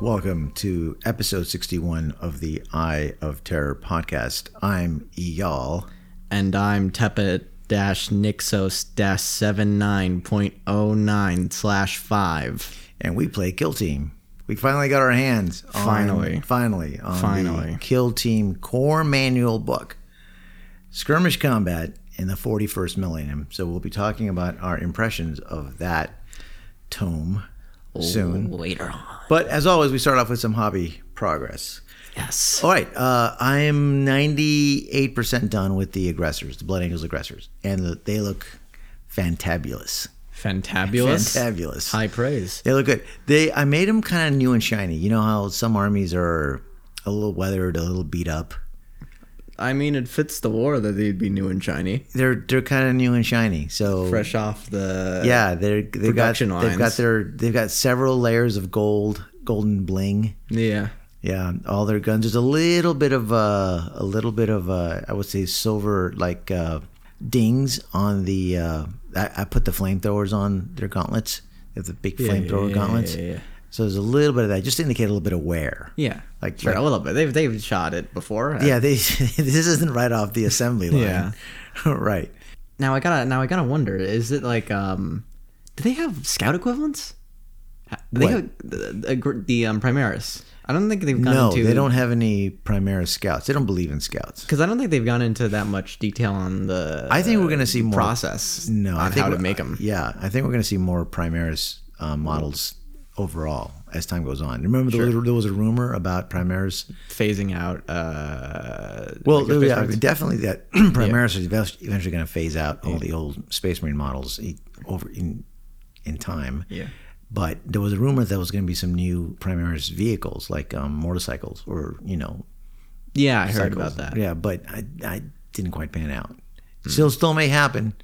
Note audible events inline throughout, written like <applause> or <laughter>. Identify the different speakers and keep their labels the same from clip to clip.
Speaker 1: Welcome to episode 61 of the Eye of Terror podcast. I'm Eyal.
Speaker 2: and I'm Tepa dash Nixos dash seven nine point oh nine slash five.
Speaker 1: and we play Kill Team. We finally got our hands on,
Speaker 2: Finally.
Speaker 1: finally on the
Speaker 2: Finally.
Speaker 1: Kill Team Core Manual book, Skirmish Combat in the 41st Millennium. So we'll be talking about our impressions of that tome
Speaker 2: Oh.
Speaker 1: soon.
Speaker 2: Later on.
Speaker 1: But as always, we start off with some hobby progress.
Speaker 2: Yes.
Speaker 1: All right, uh, I am 98% done with the aggressors, the Blood Angels aggressors, and the, they look fantabulous.
Speaker 2: Fantabulous.
Speaker 1: Fantabulous.
Speaker 2: High praise.
Speaker 1: They look good. They I made them kind of new and shiny. You know how some armies are a little weathered, a little beat up.
Speaker 2: I mean, it fits the war that they'd be new and shiny,
Speaker 1: They're they're kind of new and shiny. So
Speaker 2: fresh off the
Speaker 1: yeah, they're they've got
Speaker 2: Production
Speaker 1: they've got
Speaker 2: lines.
Speaker 1: their they've got several layers of gold, golden bling.
Speaker 2: yeah.
Speaker 1: Yeah, all their guns. There's a little bit of uh, a little bit of uh, I would say silver like uh, dings on the. Uh, I, I put the flamethrowers on their gauntlets. They have the big flamethrower
Speaker 2: yeah,
Speaker 1: gauntlets.
Speaker 2: yeah, yeah, yeah.
Speaker 1: So there's a little bit of that, just to indicate a little bit of wear.
Speaker 2: Yeah.
Speaker 1: Like-
Speaker 2: sure,
Speaker 1: like-
Speaker 2: a little bit. They've they've shot it before.
Speaker 1: <laughs> Yeah, they, <laughs> this isn't right off the assembly line. <laughs>
Speaker 2: Yeah.
Speaker 1: right.
Speaker 2: Now I gotta now I gotta wonder is it like um do they have scout equivalents? Ha- Do they
Speaker 1: What?
Speaker 2: have the, the, gr- the um, Primaris. I don't think they've gone
Speaker 1: No,
Speaker 2: into
Speaker 1: they don't have any Primaris scouts. They don't believe in scouts.
Speaker 2: because I don't think they've gone into that much detail on the.
Speaker 1: I think we're gonna see more-
Speaker 2: process.
Speaker 1: No,
Speaker 2: on
Speaker 1: I think
Speaker 2: how to
Speaker 1: we're-
Speaker 2: make them.
Speaker 1: Yeah, I think we're going to see more Primaris uh, models overall as time goes on. Remember, there, was, there was a rumor about Primaris.
Speaker 2: phasing out. Uh,
Speaker 1: Well,
Speaker 2: like your space
Speaker 1: yeah,
Speaker 2: marines.
Speaker 1: definitely that <clears throat> Primaris is ev- eventually going to phase out all the old Space Marine models e- over in in time.
Speaker 2: Yeah.
Speaker 1: But there was a rumor that was going to be some new Primaris vehicles, like um, motorcycles or you know
Speaker 2: yeah, I heard
Speaker 1: cycles.
Speaker 2: about that. Hmm.
Speaker 1: Yeah, but I, I didn't quite pan out. Still, still may happen,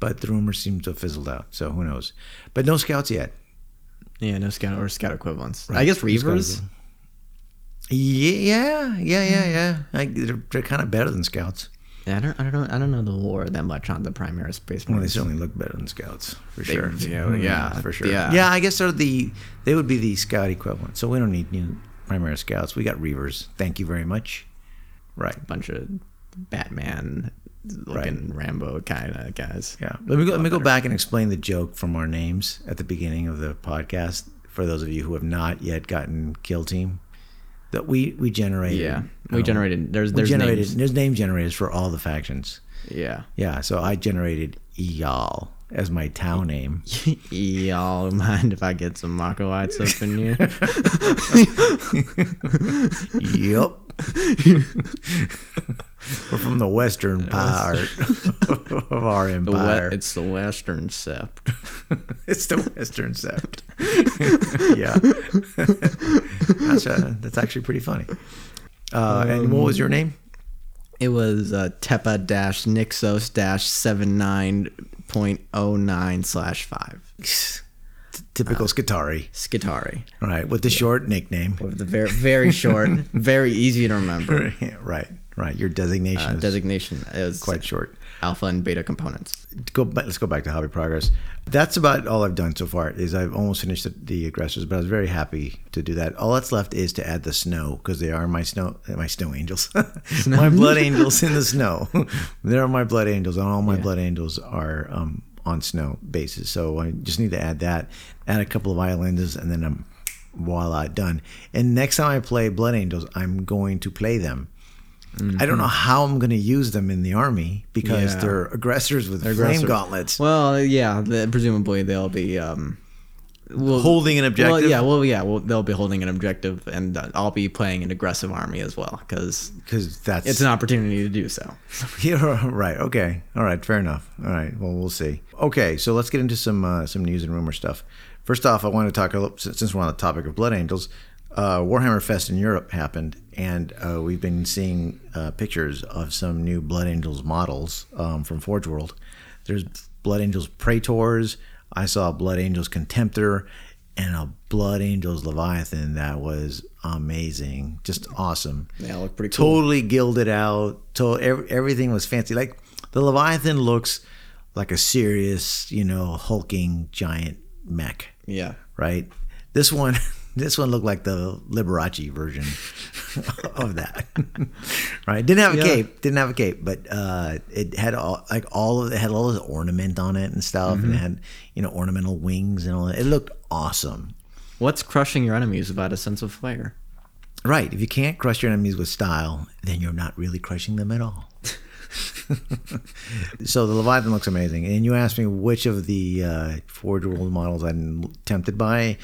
Speaker 1: but the rumors seem to have fizzled out. So who knows? But no scouts yet.
Speaker 2: Yeah, no scout or scout equivalents. I guess
Speaker 1: Scout
Speaker 2: reavers.
Speaker 1: Yeah, yeah, yeah, yeah.
Speaker 2: Mm.
Speaker 1: yeah. I, they're they're kind of better than scouts.
Speaker 2: Yeah, I don't, I don't know, I don't know the war that much on the Primaris space
Speaker 1: Well, they
Speaker 2: marines.
Speaker 1: certainly look better than scouts for sure.
Speaker 2: yeah, well, yeah,
Speaker 1: for sure.
Speaker 2: yeah.
Speaker 1: yeah. I guess they're the they would be the scout equivalent. So we don't need new primary scouts. We got reavers. Thank you very much. Right.
Speaker 2: bunch of Batman looking Rambo kind of guys.
Speaker 1: Yeah. Let me go, let me go back and explain the joke from our names at the beginning of the podcast for those of you who have not yet gotten Kill Team. That we we generated.
Speaker 2: Yeah, we
Speaker 1: um,
Speaker 2: generated. There's
Speaker 1: we
Speaker 2: there's
Speaker 1: generated.
Speaker 2: names.
Speaker 1: There's name generators for all the factions.
Speaker 2: Yeah, <laughs>
Speaker 1: Yeah. So I generated Eyal as my town
Speaker 2: <laughs>
Speaker 1: name.
Speaker 2: y'all mind if I get some Markowites up
Speaker 1: <laughs>
Speaker 2: in here? <laughs>
Speaker 1: yep. We're from the western part
Speaker 2: <laughs>
Speaker 1: of our
Speaker 2: The we-
Speaker 1: empire.
Speaker 2: it's the Western sept.
Speaker 1: <laughs> It's the Western sept.
Speaker 2: <laughs>
Speaker 1: yeah, <laughs> that's, uh, that's actually pretty funny. Uh, and what was
Speaker 2: Um,
Speaker 1: your name?
Speaker 2: It was uh, Tepa dash Nixos dash seven nine point oh nine slash five. uh,
Speaker 1: Typical Skitari,
Speaker 2: Skitari.
Speaker 1: right? With the short nickname. <laughs>
Speaker 2: With the very very <laughs> short, very easy to remember
Speaker 1: right, right. Your designation
Speaker 2: uh,
Speaker 1: is
Speaker 2: designation is
Speaker 1: quite short.
Speaker 2: alpha and beta components.
Speaker 1: Go, back- let's go back to hobby progress. That's about all I've done so far. Is I've almost finished the, the aggressors, but I was very happy to do that. All that's left is to add the snow because they are my snow, my snow angels, <laughs> my blood angels in the snow. <laughs> They're my blood angels, and all my blood angels are um, on snow bases. So I just need to add that, add a couple of islanders, and then I'm voila done. And next time I play blood angels, I'm going to play them. I don't know how I'm going to use them in the army because
Speaker 2: Yeah.
Speaker 1: they're aggressors with
Speaker 2: aggressors.
Speaker 1: flame gauntlets.
Speaker 2: Well, yeah, the, presumably they'll be um, well,
Speaker 1: holding an objective.
Speaker 2: Well, yeah, well, yeah, well, they'll be holding an objective, and uh, I'll be playing an aggressive army as well because
Speaker 1: because that's
Speaker 2: it's an opportunity to do so.
Speaker 1: <laughs> yeah, right. Okay, all right, fair enough. All right, well, we'll see. Okay, so let's get into some uh, some news and rumor stuff. First off, I want to talk a little, since since we're on the topic of Blood Angels. Uh, Warhammer Fest in Europe happened, and uh, we've been seeing uh, pictures of some new Blood Angels models um, from Forge World. There's Blood Angels Praetors. I saw Blood Angels Contemptor and a Blood Angels Leviathan that was amazing, just awesome
Speaker 2: They all look pretty cool.
Speaker 1: totally gilded out. To, ev- everything was fancy. Like the Leviathan looks like a serious, you know, hulking giant mech,
Speaker 2: Yeah,
Speaker 1: right? This one <laughs> This one looked like the Liberace version <laughs> of that. <laughs> right? Didn't have a
Speaker 2: Yeah.
Speaker 1: cape. Didn't have a cape, but uh, it had all like all of it had all this ornament on it and stuff, and it had you know ornamental wings and all that. It looked awesome.
Speaker 2: What's crushing your enemies about a sense of flair?
Speaker 1: Right? If you can't crush your enemies with style, then you're not really crushing them at all. <laughs> so the Leviathan looks amazing, and you asked me which of the uh, forgeable models I'm tempted by.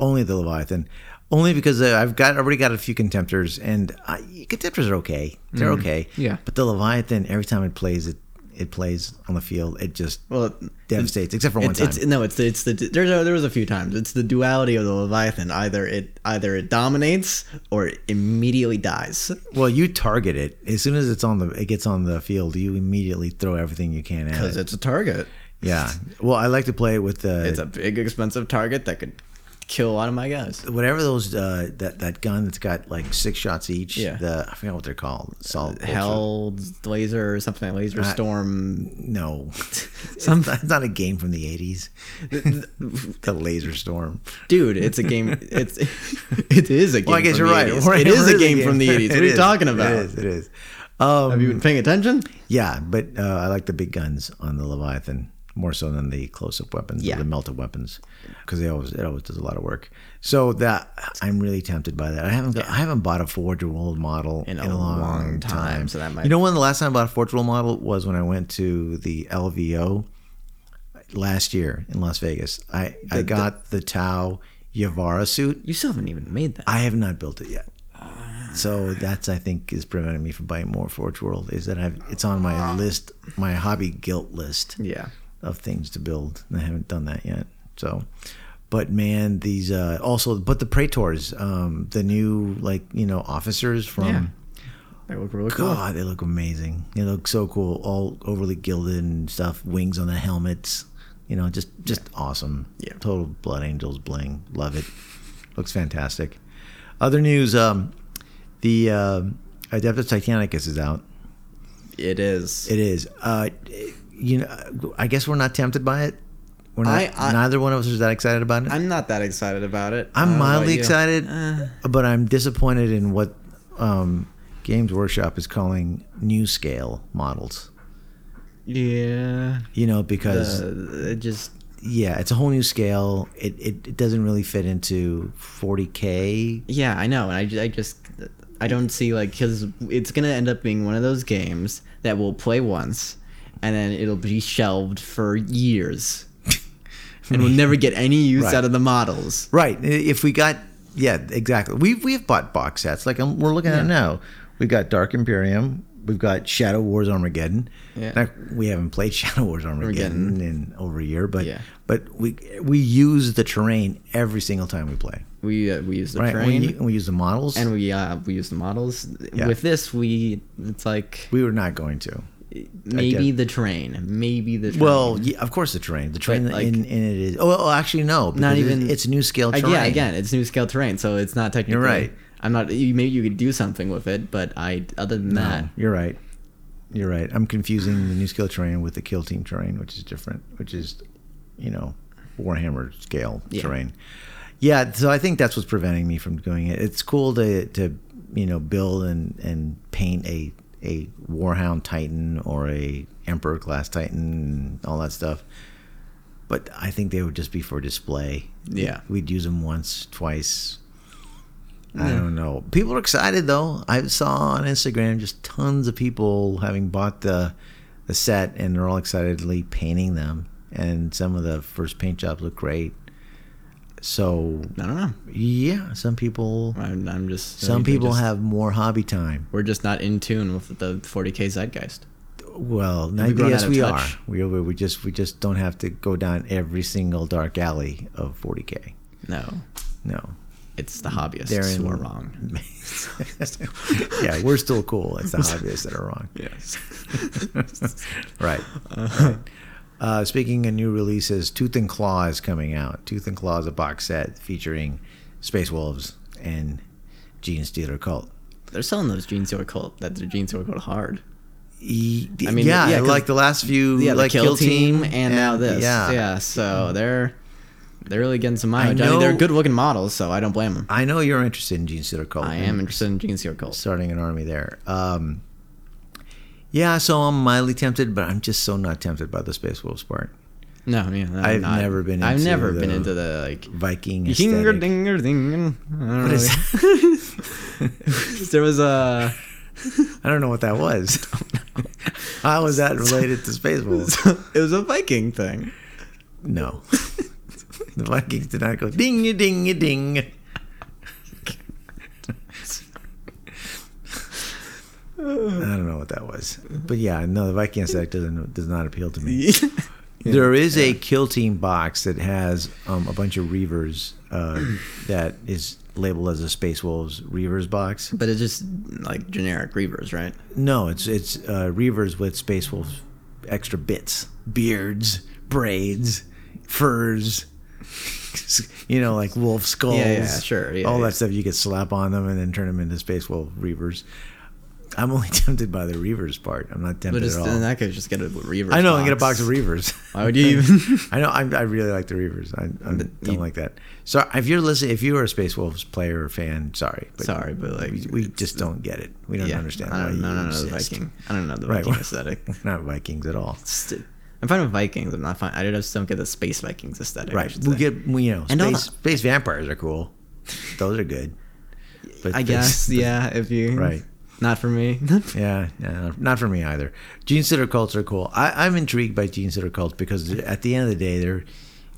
Speaker 1: Only the Leviathan, only because uh, I've got already got a few Contemptors, and I, Contemptors are okay. They're okay.
Speaker 2: Mm-hmm. Yeah.
Speaker 1: But the Leviathan, every time it plays, it it plays on the field. It just
Speaker 2: Well,
Speaker 1: devastates, except for one
Speaker 2: it's,
Speaker 1: time.
Speaker 2: it's no, it's it's the there's a, there was a few times. It's the duality of the Leviathan. Either it either it dominates or it immediately dies.
Speaker 1: well, you target it as soon as it's on the it gets on the field. You immediately throw everything you can at
Speaker 2: Because
Speaker 1: it.
Speaker 2: it's a target.
Speaker 1: Yeah. Well, I like to play it with the
Speaker 2: It's a big, expensive target that could kill a lot of my guys.
Speaker 1: whatever those uh, that that gun that's got like six shots each.
Speaker 2: Yeah. Uh,
Speaker 1: The I forget what they're called. Salt
Speaker 2: Hell, laser, or something, laser storm.
Speaker 1: No, <laughs> Some- it's, not, it's not a game from the eighties. <laughs> the laser storm.
Speaker 2: Dude, it's a
Speaker 1: <laughs>
Speaker 2: game. It's it is a game.
Speaker 1: Well, I guess
Speaker 2: from
Speaker 1: you're
Speaker 2: the
Speaker 1: right.
Speaker 2: 80s.
Speaker 1: We're-
Speaker 2: It is
Speaker 1: we're
Speaker 2: a game from the
Speaker 1: <laughs> it
Speaker 2: 80s. What are you
Speaker 1: is.
Speaker 2: talking about?
Speaker 1: It is. It is. Um,
Speaker 2: Have you been paying attention?
Speaker 1: yeah, but uh, I like the big guns on the Leviathan more so than the close-up weapons, or
Speaker 2: Yeah.
Speaker 1: the melted weapons, because they always it always does a lot of work. So that I'm really tempted by that. I haven't got, I haven't bought a four-year-old model in a, long, time.
Speaker 2: so that might-
Speaker 1: you know when the last time I bought a four-year-old model was when I went to the LVO last year in Las Vegas. I I got the Tau Yavara suit.
Speaker 2: You still haven't even made that.
Speaker 1: I have not built it yet. So that's I think is preventing me from buying more Forge World is that I've it's on my list, my hobby guilt list
Speaker 2: yeah.
Speaker 1: of things to build. And I haven't done that yet. So, but man, these uh, also but the Praetors, um, the new like you know officers from.
Speaker 2: Yeah. That look really cool.
Speaker 1: God, they look amazing. They look so cool, all overly gilded and stuff. Wings on the helmets, you know, just just awesome.
Speaker 2: Yeah.
Speaker 1: total Blood Angels bling. Love it. Looks fantastic. Other news: um, the uh, Adeptus Titanicus is out.
Speaker 2: It is.
Speaker 1: It is. Uh, you know, I guess we're not tempted by it. We're not.
Speaker 2: I- I-
Speaker 1: neither one of us is that excited about it.
Speaker 2: I'm not that excited about it. I
Speaker 1: I'm
Speaker 2: don't know about
Speaker 1: mildly
Speaker 2: you.
Speaker 1: excited,
Speaker 2: Uh.
Speaker 1: but I'm disappointed in what um, Games Workshop is calling new scale models.
Speaker 2: Yeah.
Speaker 1: You know, because
Speaker 2: Uh, it just
Speaker 1: yeah, it's a whole new scale. It, it it doesn't really fit into 40k.
Speaker 2: yeah, I know, and I, ju- I just I don't see like because it's gonna end up being one of those games that we'll play once, and then it'll be shelved
Speaker 1: <laughs>
Speaker 2: for years, and we'll never get any use
Speaker 1: Right.
Speaker 2: out of the models.
Speaker 1: Right. If we got yeah, exactly. We we've bought box sets like um, we're looking at it now. We've got Dark Imperium. We've got Shadow Wars Armageddon.
Speaker 2: Yeah.
Speaker 1: Now, we haven't played <laughs> Shadow Wars Armageddon, in over a year, but
Speaker 2: Yeah.
Speaker 1: but we we use the terrain every single time we play.
Speaker 2: We uh, we use the
Speaker 1: Right.
Speaker 2: train
Speaker 1: We, we use the models.
Speaker 2: and we uh, we use the models.
Speaker 1: Yeah.
Speaker 2: With this, we it's like
Speaker 1: we were not going to.
Speaker 2: maybe the train, maybe the train.
Speaker 1: Well, yeah, of course the terrain. The terrain
Speaker 2: like-
Speaker 1: in, in it is. Oh, well, actually, no. because
Speaker 2: even-
Speaker 1: it- It's new scale
Speaker 2: Uh,
Speaker 1: terrain.
Speaker 2: Yeah, again, it's new scale terrain, so it's not technically.
Speaker 1: right.
Speaker 2: I'm not. You, maybe you could do something with it, but I. Other than that,
Speaker 1: No, you're right. You're right. I'm confusing the new scale terrain with the kill team terrain, which is different, which is, you know, Warhammer scale
Speaker 2: Yeah.
Speaker 1: terrain. Yeah, so I think that's what's preventing me from doing it. It's cool to to you know build and and paint a a Warhound Titan or a Emperor class Titan and all that stuff. But I think they would just be for display.
Speaker 2: yeah,
Speaker 1: We'd use them once, twice. I don't know. People are excited though. I saw on Instagram just tons of people having bought the the set and they're all excitedly painting them. And some of the first paint jobs look great. So
Speaker 2: I don't know.
Speaker 1: yeah, some people
Speaker 2: I'm, I'm just.
Speaker 1: some
Speaker 2: they're
Speaker 1: people
Speaker 2: just-
Speaker 1: have more hobby time.
Speaker 2: We're just not in tune with the 40k zeitgeist.
Speaker 1: Well, now,
Speaker 2: grown
Speaker 1: yes,
Speaker 2: out of
Speaker 1: we are.
Speaker 2: touch?
Speaker 1: We, we we just we just don't have to go down every single dark alley of 40k.
Speaker 2: No,
Speaker 1: No,
Speaker 2: it's the hobbyists
Speaker 1: They're in-
Speaker 2: who are wrong.
Speaker 1: <laughs> yeah, we're still cool.
Speaker 2: <laughs>
Speaker 1: It's the hobbyists that are wrong.
Speaker 2: Yes.
Speaker 1: <laughs>
Speaker 2: <laughs>
Speaker 1: Right. Right. Uh, speaking of new releases, Tooth and Claw is coming out. Tooth and Claw is a box set featuring Space Wolves and Gene Stealer Cult.
Speaker 2: They're selling those jeans to a cult. That the jeans to a cult hard.
Speaker 1: E-
Speaker 2: I mean,
Speaker 1: yeah,
Speaker 2: yeah, 'cause-
Speaker 1: like the last few,
Speaker 2: Yeah,
Speaker 1: like
Speaker 2: the kill, team, and, now this.
Speaker 1: Yeah,
Speaker 2: Yeah, so they're They're really getting some mileage. I,
Speaker 1: know-
Speaker 2: mean, they're good looking models, so I don't blame them.
Speaker 1: I know you're interested in Gene Steeler Cult.
Speaker 2: I am interested in Gene Seal Cult.
Speaker 1: starting an army there. Um, yeah, so I'm mildly tempted, but I'm just so not tempted by the Space Wolves part.
Speaker 2: No, yeah, no,
Speaker 1: I've
Speaker 2: not-
Speaker 1: never been
Speaker 2: I've
Speaker 1: into
Speaker 2: never
Speaker 1: the
Speaker 2: been into the like.
Speaker 1: Viking
Speaker 2: Dinger
Speaker 1: aesthetic.
Speaker 2: dinger dinger. I don't
Speaker 1: What
Speaker 2: know.
Speaker 1: is <laughs>
Speaker 2: <laughs> there was a
Speaker 1: I don't know what that
Speaker 2: <laughs>
Speaker 1: was. How was that related to Space Wolves?
Speaker 2: it was a Viking thing.
Speaker 1: No. <laughs> The Vikings did not go ding a ding a ding. I don't know what that was, but yeah, no, the Viking aesthetic doesn't does not appeal to
Speaker 2: <laughs>
Speaker 1: me. There is a kill team box that has um, a bunch of reavers uh,
Speaker 2: <clears throat>
Speaker 1: that is labeled as a Space Wolves reavers box.
Speaker 2: <laughs> But it's just like generic Reavers, right?
Speaker 1: No, it's it's uh, reavers with Space Wolves extra bits, beards, braids, furs. <laughs> You know, like wolf skulls.
Speaker 2: Yeah, yeah, sure, yeah,
Speaker 1: all
Speaker 2: yeah.
Speaker 1: that stuff you could slap on them and then turn them into Space Wolf Reavers. I'm only <laughs> tempted by the Reavers part. I'm not
Speaker 2: But
Speaker 1: tempted
Speaker 2: just
Speaker 1: at all.
Speaker 2: in that case, just get a Reavers.
Speaker 1: I know, and get a box of Reavers.
Speaker 2: <laughs> Why would you even?
Speaker 1: <laughs> I know. I'm, I really like the Reavers. I, I don't
Speaker 2: you-
Speaker 1: like that. So if you're listening, if you are a Space Wolves player or fan, sorry, but
Speaker 2: Sorry, but like
Speaker 1: we, we just don't get it. We don't
Speaker 2: yeah,
Speaker 1: understand.
Speaker 2: I
Speaker 1: why
Speaker 2: don't,
Speaker 1: you
Speaker 2: no, no, no, the
Speaker 1: exist.
Speaker 2: Viking. I don't know the
Speaker 1: Right,
Speaker 2: Viking
Speaker 1: well- <laughs>
Speaker 2: aesthetic.
Speaker 1: Not Vikings at all.
Speaker 2: Just- I'm fine with Vikings. I'm not fine. I just don't get the space Vikings aesthetic. I
Speaker 1: Right.
Speaker 2: should
Speaker 1: We
Speaker 2: say.
Speaker 1: get we, you know
Speaker 2: And all
Speaker 1: space, space vampires are cool. Those are good. But
Speaker 2: I
Speaker 1: space-
Speaker 2: guess. Yeah. If you.
Speaker 1: Right.
Speaker 2: Not for me. <laughs>
Speaker 1: Yeah, yeah, not for me either. Gene sitter cults are cool. I, I'm intrigued by gene sitter cults because at the end of the day, they're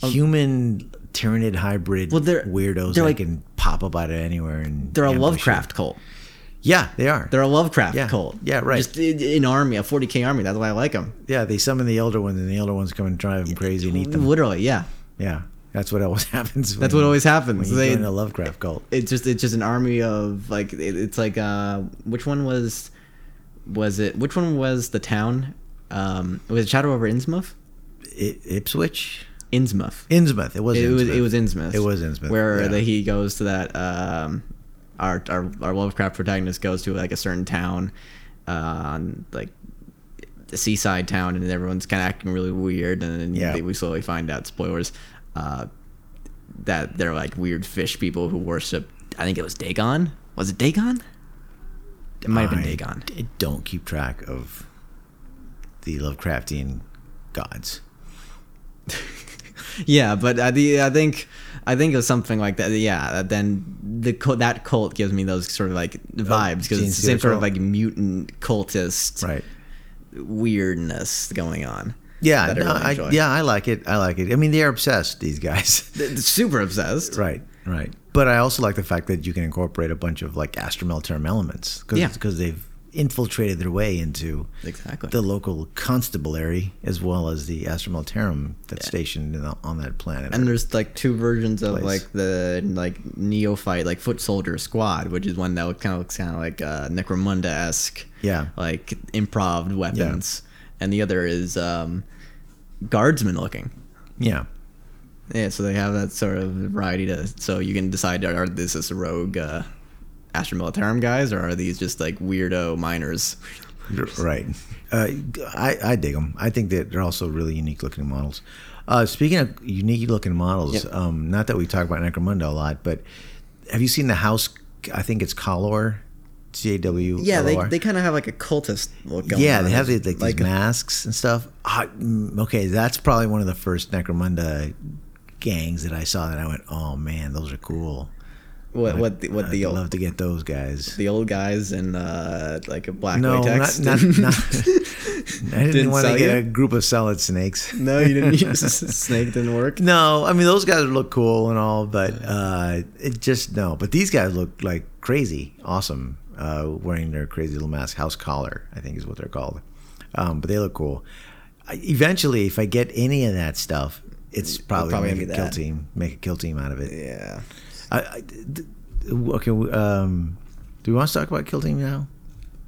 Speaker 1: human tyrannid hybrid
Speaker 2: Um, Well, they're-
Speaker 1: weirdos that
Speaker 2: they're like-
Speaker 1: can pop up out of anywhere and
Speaker 2: They're a
Speaker 1: ambush you.
Speaker 2: Lovecraft cult.
Speaker 1: Yeah, they are.
Speaker 2: They're a Lovecraft
Speaker 1: Yeah.
Speaker 2: cult.
Speaker 1: Yeah, right.
Speaker 2: Just i- an army, a 40k army. That's why I like them.
Speaker 1: yeah, they summon the elder ones, and the elder ones come and drive them crazy and eat them.
Speaker 2: Literally, yeah.
Speaker 1: Yeah, that's what always <laughs> happens.
Speaker 2: That's what always happens.
Speaker 1: happens. When you
Speaker 2: They-
Speaker 1: join a Lovecraft cult.
Speaker 2: it's just it's just an army of like it, it's like uh which one was was it which one was the town um was it Shadow over Innsmouth
Speaker 1: I, Ipswich,
Speaker 2: Innsmouth
Speaker 1: Innsmouth. It was.
Speaker 2: it
Speaker 1: Innsmouth.
Speaker 2: was it was Innsmouth
Speaker 1: It was Innsmouth,
Speaker 2: where
Speaker 1: yeah.
Speaker 2: the, he goes to that um our, our our Lovecraft protagonist goes to like a certain town uh like the seaside town and everyone's kind of acting really weird and then
Speaker 1: Yeah.
Speaker 2: they, we slowly find out spoilers uh that they're like weird fish people who worship I think it was Dagon was it Dagon it might have been
Speaker 1: I
Speaker 2: Dagon
Speaker 1: d- don't keep track of the Lovecraftian gods.
Speaker 2: <laughs> Yeah, but I, the, I think I think it was something like that. Yeah, that then the co- that cult gives me those sort of like vibes because
Speaker 1: Oh, Gene
Speaker 2: it's the same sort of
Speaker 1: Steeler
Speaker 2: like mutant cultist
Speaker 1: Right.
Speaker 2: weirdness going on.
Speaker 1: Yeah.
Speaker 2: that I
Speaker 1: no,
Speaker 2: really
Speaker 1: I,
Speaker 2: enjoy.
Speaker 1: yeah, I like it. I like it. I mean, they're obsessed, these
Speaker 2: <laughs>
Speaker 1: guys. <laughs>
Speaker 2: Th- th- super obsessed.
Speaker 1: right. Right. But I also like the fact that you can incorporate a bunch of like astromel term elements because
Speaker 2: Yeah.
Speaker 1: they've infiltrated their way into
Speaker 2: Exactly.
Speaker 1: the local constabulary as well as the astromel term that's stationed in the, on that planet.
Speaker 2: and there's like two versions of
Speaker 1: Place.
Speaker 2: like the like neophyte like foot soldier squad, which is one that kind of looks kind of like uh, Necromunda esque.
Speaker 1: Yeah.
Speaker 2: Like improv weapons, and the other is um, guardsman looking.
Speaker 1: yeah.
Speaker 2: Yeah, so they have that sort of variety to so you can decide are this is rogue uh Astra Militarum guys or are these just like weirdo miners?
Speaker 1: Right. Uh, I, I dig them. I think that they're also really unique looking models. Uh, speaking of unique looking models,
Speaker 2: Yep.
Speaker 1: um, not that we talk about Necromunda a lot, but have you seen the house? I think it's Color, C A W.
Speaker 2: Yeah, they,
Speaker 1: L O R?
Speaker 2: they kind of have like a cultist look going
Speaker 1: yeah,
Speaker 2: on.
Speaker 1: they have these, like,
Speaker 2: Like
Speaker 1: these masks and stuff. Ah, mm, okay, that's probably one of the first Necromunda gangs that I saw that I went, oh man, those are cool.
Speaker 2: what what the, what
Speaker 1: I'd
Speaker 2: the old
Speaker 1: uh, love to get those
Speaker 2: <laughs>
Speaker 1: guys.
Speaker 2: the old guys in uh like a black
Speaker 1: No,
Speaker 2: latex.
Speaker 1: not, not,
Speaker 2: didn't-
Speaker 1: not. I didn't,
Speaker 2: Didn't
Speaker 1: want to
Speaker 2: sell
Speaker 1: get
Speaker 2: you?
Speaker 1: a group of solid snakes.
Speaker 2: <laughs> no, you
Speaker 1: <laughs>
Speaker 2: didn't use snake didn't work.
Speaker 1: No, I mean those guys look cool and all, but uh, it just no. But these guys look like crazy, awesome, uh, wearing their crazy little mask, house collar, I think is what they're called. Um, but they look cool. I, eventually, if I get any of that stuff, it's probably,
Speaker 2: probably
Speaker 1: make
Speaker 2: be
Speaker 1: a kill
Speaker 2: that.
Speaker 1: team, make a kill team out of it.
Speaker 2: Yeah.
Speaker 1: I, I- th- th- okay, um, do we want to talk about kill team now?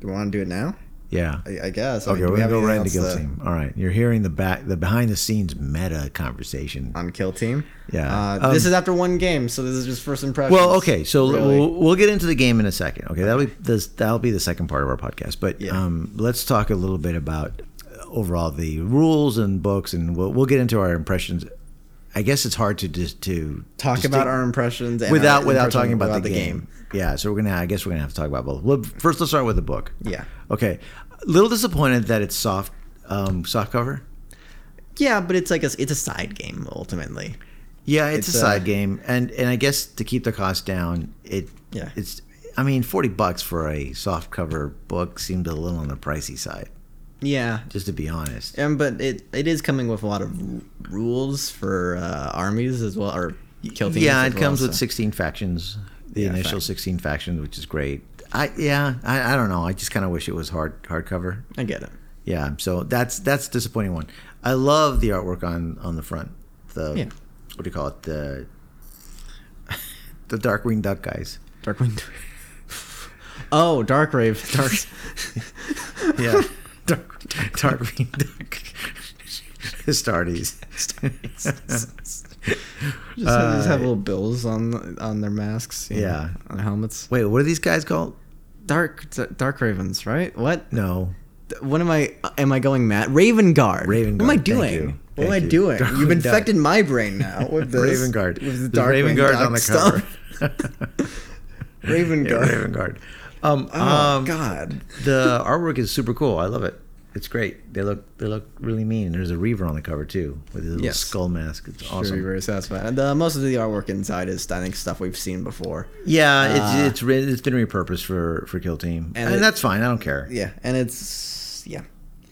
Speaker 2: Do we want to do it now?
Speaker 1: Yeah.
Speaker 2: I, I guess. I
Speaker 1: Okay,
Speaker 2: mean, do
Speaker 1: we're
Speaker 2: we
Speaker 1: gonna
Speaker 2: have
Speaker 1: go right into
Speaker 2: anything else uh,
Speaker 1: kill
Speaker 2: to-
Speaker 1: team. All right, you're hearing the back, the behind the scenes meta conversation.
Speaker 2: on kill team.
Speaker 1: Yeah.
Speaker 2: Uh,
Speaker 1: Um,
Speaker 2: this is after one game, so this is just first impressions.
Speaker 1: Well, okay, so l-
Speaker 2: Really.
Speaker 1: we'll, we'll get into the game in a second. Okay, that'll be this, that'll be the second part of our podcast. But
Speaker 2: Yeah.
Speaker 1: um, let's talk a little bit about uh, overall the rules and books, and we'll, we'll get into our impressions I guess it's hard to just to
Speaker 2: Talk
Speaker 1: distinct-
Speaker 2: about our impressions and
Speaker 1: without
Speaker 2: our
Speaker 1: without
Speaker 2: impressions
Speaker 1: talking about, the, game. Yeah, so we're gonna. I guess we're gonna have to talk about both. Well, first let's start with the book.
Speaker 2: Yeah.
Speaker 1: Okay. Little disappointed that it's soft, um, soft cover.
Speaker 2: Yeah, but it's like a it's a side game ultimately.
Speaker 1: Yeah, it's,
Speaker 2: It's,
Speaker 1: a side
Speaker 2: uh,
Speaker 1: game, and and I guess to keep the cost down, it
Speaker 2: Yeah.
Speaker 1: it's. I mean, forty bucks for a soft cover book seemed a little on the pricey side.
Speaker 2: Yeah.
Speaker 1: Just to be honest,
Speaker 2: Um, but it it is coming with a lot of r- rules for uh, armies as well or kill teams.
Speaker 1: yeah,
Speaker 2: as
Speaker 1: it
Speaker 2: well,
Speaker 1: comes with
Speaker 2: so-
Speaker 1: sixteen factions, the
Speaker 2: Yeah,
Speaker 1: initial
Speaker 2: fact.
Speaker 1: sixteen factions, which is great. I yeah, I, I don't know. I just kind of wish it was hard hardcover.
Speaker 2: I get it.
Speaker 1: Yeah, so that's that's a disappointing one. I love the artwork on on the front. The
Speaker 2: Yeah.
Speaker 1: what do you call it? The <laughs> the Darkwing Duck guys.
Speaker 2: Dark Wind. oh, Dark Rave. <laughs> Dark.
Speaker 1: Yeah, Dark Darkwing Duck.
Speaker 2: <laughs>
Speaker 1: Astartes.
Speaker 2: <laughs> Just, have,
Speaker 1: Uh,
Speaker 2: just have little bills on on their masks. you know,
Speaker 1: Yeah.
Speaker 2: on their helmets.
Speaker 1: Wait, what are these guys called?
Speaker 2: Dark Dark Ravens, right? What?
Speaker 1: No,
Speaker 2: What am I? Am I going mad? Raven Guard.
Speaker 1: Raven
Speaker 2: What am I
Speaker 1: Guard, thank
Speaker 2: doing?
Speaker 1: you,
Speaker 2: What
Speaker 1: thank
Speaker 2: am I
Speaker 1: you.
Speaker 2: doing?
Speaker 1: Dark
Speaker 2: You've
Speaker 1: Wind Duck.
Speaker 2: infected my brain now
Speaker 1: <laughs>
Speaker 2: with this.
Speaker 1: Raven Guard.
Speaker 2: With the
Speaker 1: There's
Speaker 2: Dark
Speaker 1: Raven
Speaker 2: Wind
Speaker 1: Guard
Speaker 2: Duck
Speaker 1: on the
Speaker 2: stuff.
Speaker 1: cover.
Speaker 2: <laughs>
Speaker 1: <laughs>
Speaker 2: Raven
Speaker 1: Yeah,
Speaker 2: Guard.
Speaker 1: Raven Guard. Um,
Speaker 2: Oh
Speaker 1: um,
Speaker 2: God.
Speaker 1: the artwork is super cool. I love it. It's great. They look they look really mean. There's a Reaver on the cover too with his little
Speaker 2: Yes.
Speaker 1: skull mask. It's
Speaker 2: Should be
Speaker 1: awesome.
Speaker 2: very satisfying. And, uh, most of the artwork inside is I think stuff we've seen before.
Speaker 1: Yeah,
Speaker 2: Uh,
Speaker 1: it's it's re- it's been repurposed for for Kill Team,
Speaker 2: and
Speaker 1: and,
Speaker 2: it-
Speaker 1: that's fine. I don't care.
Speaker 2: Yeah, and it's yeah.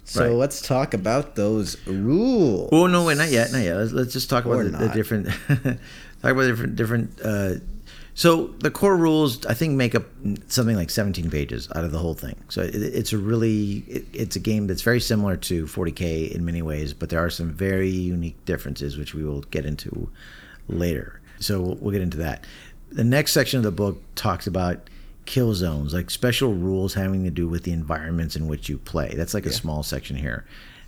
Speaker 2: So
Speaker 1: Right.
Speaker 2: let's talk about those rules.
Speaker 1: Oh no, wait, not yet, not yet. Let's, let's just talk about
Speaker 2: Or
Speaker 1: the, the
Speaker 2: not.
Speaker 1: different <laughs> talk about the different different. Uh, so the core rules, I think, make up something like 17 pages out of the whole thing. So it, it's a really it, it's a game that's very similar to 40k in many ways, but there are some very unique differences which we will get into later. So we'll, we'll get into that. The next section of the book talks about kill zones, like special rules having to do with the environments in which you play. That's like a small section here.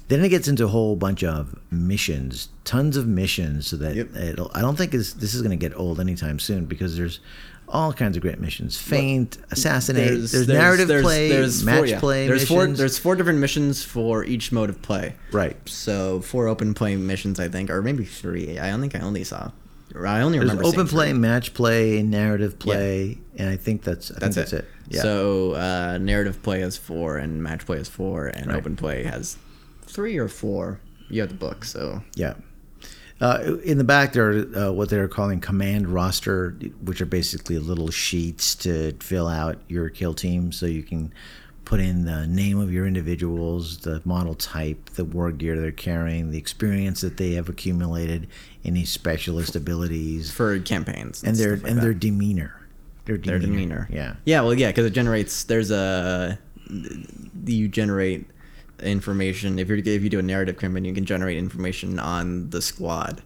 Speaker 1: Then it gets into a whole bunch of missions, tons of missions, so that
Speaker 2: Yep.
Speaker 1: it'll, I don't think this, this is going to get old anytime soon because there's all kinds of great missions: feint, assassinate. There's, narrative play, match
Speaker 2: four, yeah.
Speaker 1: play.
Speaker 2: There's four.
Speaker 1: missions.
Speaker 2: There's four different missions for each mode of play.
Speaker 1: right.
Speaker 2: So four open play missions, I think, or maybe three. I don't think I only saw. Or I only
Speaker 1: There's
Speaker 2: remember
Speaker 1: open
Speaker 2: seeing
Speaker 1: play,
Speaker 2: three.
Speaker 1: match play, narrative play, and I think that's I
Speaker 2: That's
Speaker 1: think
Speaker 2: it.
Speaker 1: that's it. Yeah.
Speaker 2: So uh, narrative play is four, and match play is four, and
Speaker 1: Right.
Speaker 2: open play has three or four. You have the book, so
Speaker 1: Yeah. Uh, in the back, there are uh, what they're calling command roster, which are basically little sheets to fill out your kill team so you can put in the name of your individuals, the model type, the war gear they're carrying, the experience that they have accumulated, any specialist abilities,
Speaker 2: for campaigns
Speaker 1: and their
Speaker 2: stuff like
Speaker 1: and
Speaker 2: that.
Speaker 1: their demeanor. Their
Speaker 2: their
Speaker 1: demeanor.
Speaker 2: demeanor.
Speaker 1: Yeah.
Speaker 2: Yeah, well, yeah, because it generates. There's a you generate information if you're if you do a narrative campaign, you can generate information on the squad.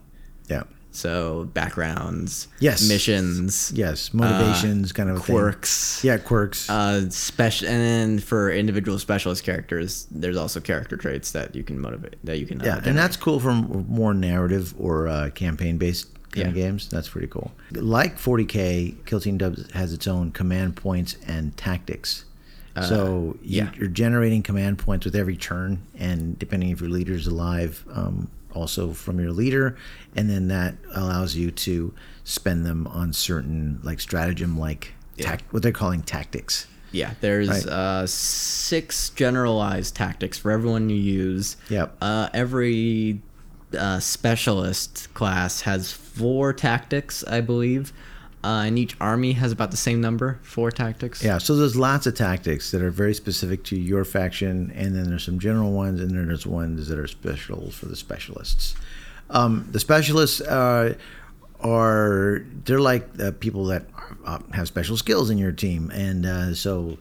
Speaker 1: Yeah.
Speaker 2: So backgrounds,
Speaker 1: Yes.
Speaker 2: missions,
Speaker 1: Yes. Motivations, kind of a thing.
Speaker 2: Uh, quirks,
Speaker 1: Yeah, quirks.
Speaker 2: Uh, special, and then for individual specialist characters, there's also character traits that you can motivate that you can. uh,
Speaker 1: Yeah, and that's cool for m- more narrative or uh, campaign based kind of
Speaker 2: Yeah.
Speaker 1: games. That's pretty cool. Like 40K, Kill Team Dubs has its own command points and tactics. so you,
Speaker 2: Uh, yeah.
Speaker 1: you're generating command points with every turn, and depending if your leader's alive, um, also from your leader, and then that allows you to spend them on certain like stratagem like tac- what they're calling tactics.
Speaker 2: Yeah, there's
Speaker 1: Right.
Speaker 2: uh, six generalized tactics for everyone you use.
Speaker 1: Yep.
Speaker 2: Uh, every uh, specialist class has four tactics, I believe, uh, and each army has about the same number, four tactics.
Speaker 1: Yeah, so there's lots of tactics that are very specific to your faction, and then there's some general ones, and then there's ones that are special for the specialists. Um, the specialists uh, are they're like uh, people that uh, have special skills in your team, and uh, so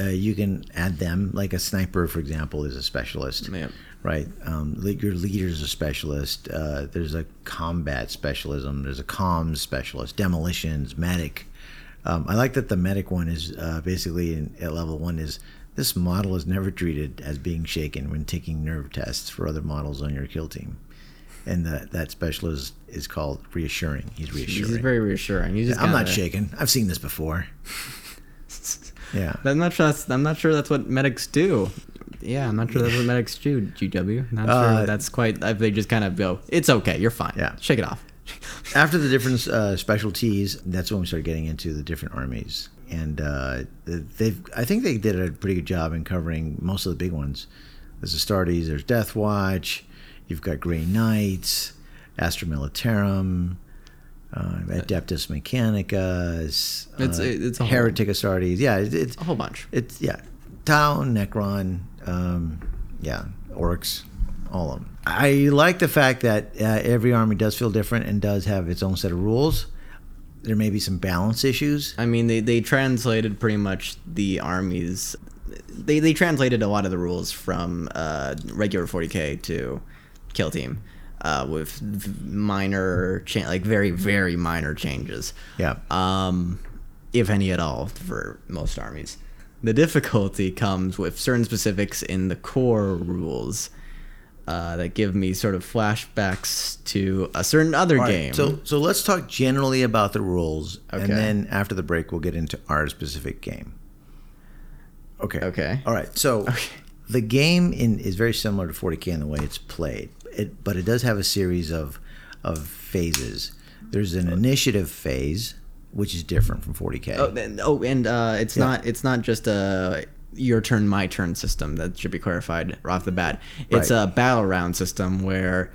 Speaker 1: uh, you can add them. Like a sniper, for example, is a specialist
Speaker 2: Yeah.
Speaker 1: right? Um, le- your leader's a specialist. Uh, there's a combat specialism. There's a comms specialist. Demolitions, medic. Um, I like that the medic one is uh, basically in, at level one is this model is never treated as being shaken when taking nerve tests for other models on your kill team, and that that specialist is called reassuring. He's
Speaker 2: This
Speaker 1: reassuring.
Speaker 2: is very reassuring. You just
Speaker 1: I'm not
Speaker 2: gotta-
Speaker 1: shaken. I've seen this before. Yeah.
Speaker 2: <laughs> I'm not sure. That's, I'm not sure that's what medics do. yeah, I'm not sure that's what medics do, GW. Not
Speaker 1: Uh,
Speaker 2: sure that's quite. if They just kind of go, it's okay, you're fine.
Speaker 1: Yeah.
Speaker 2: Shake it off.
Speaker 1: After the different uh, specialties, that's when we started getting into the different armies, and uh, they've. I think they did a pretty good job in covering most of the big ones. There's Astartes, there's Death Watch, you've got Grey Knights, Astra Militarum, uh, Adeptus Mechanica, it's,
Speaker 2: It's-
Speaker 1: uh,
Speaker 2: it's a whole-
Speaker 1: Heretic Astartes. Yeah, it, it's
Speaker 2: A whole bunch.
Speaker 1: it's yeah, Tau, Necron, um, yeah, orcs, all of them. I like the fact that uh, every army does feel different and does have its own set of rules. There may be some balance issues.
Speaker 2: I mean, they, they translated pretty much the armies. They, they translated a lot of the rules from uh, regular 40k to Kill Team uh, with v- minor, cha- like very, very minor changes.
Speaker 1: Yeah,
Speaker 2: um, if any at all, for most armies. The difficulty comes with certain specifics in the core rules uh, that give me sort of flashbacks to a certain other
Speaker 1: All right,
Speaker 2: game.
Speaker 1: So so let's talk generally about the rules, and
Speaker 2: Okay.
Speaker 1: then after the break, we'll get into our specific game. Okay.
Speaker 2: Okay.
Speaker 1: All right. So
Speaker 2: Okay.
Speaker 1: the game in is very similar to 40k in the way it's played, it, but it does have a series of of phases. There's an initiative phase, which is different from 40k.
Speaker 2: oh, and, oh, and uh, it's not it's not just a your turn, my turn system. That should be clarified right off the bat. It's
Speaker 1: Right.
Speaker 2: a battle round system where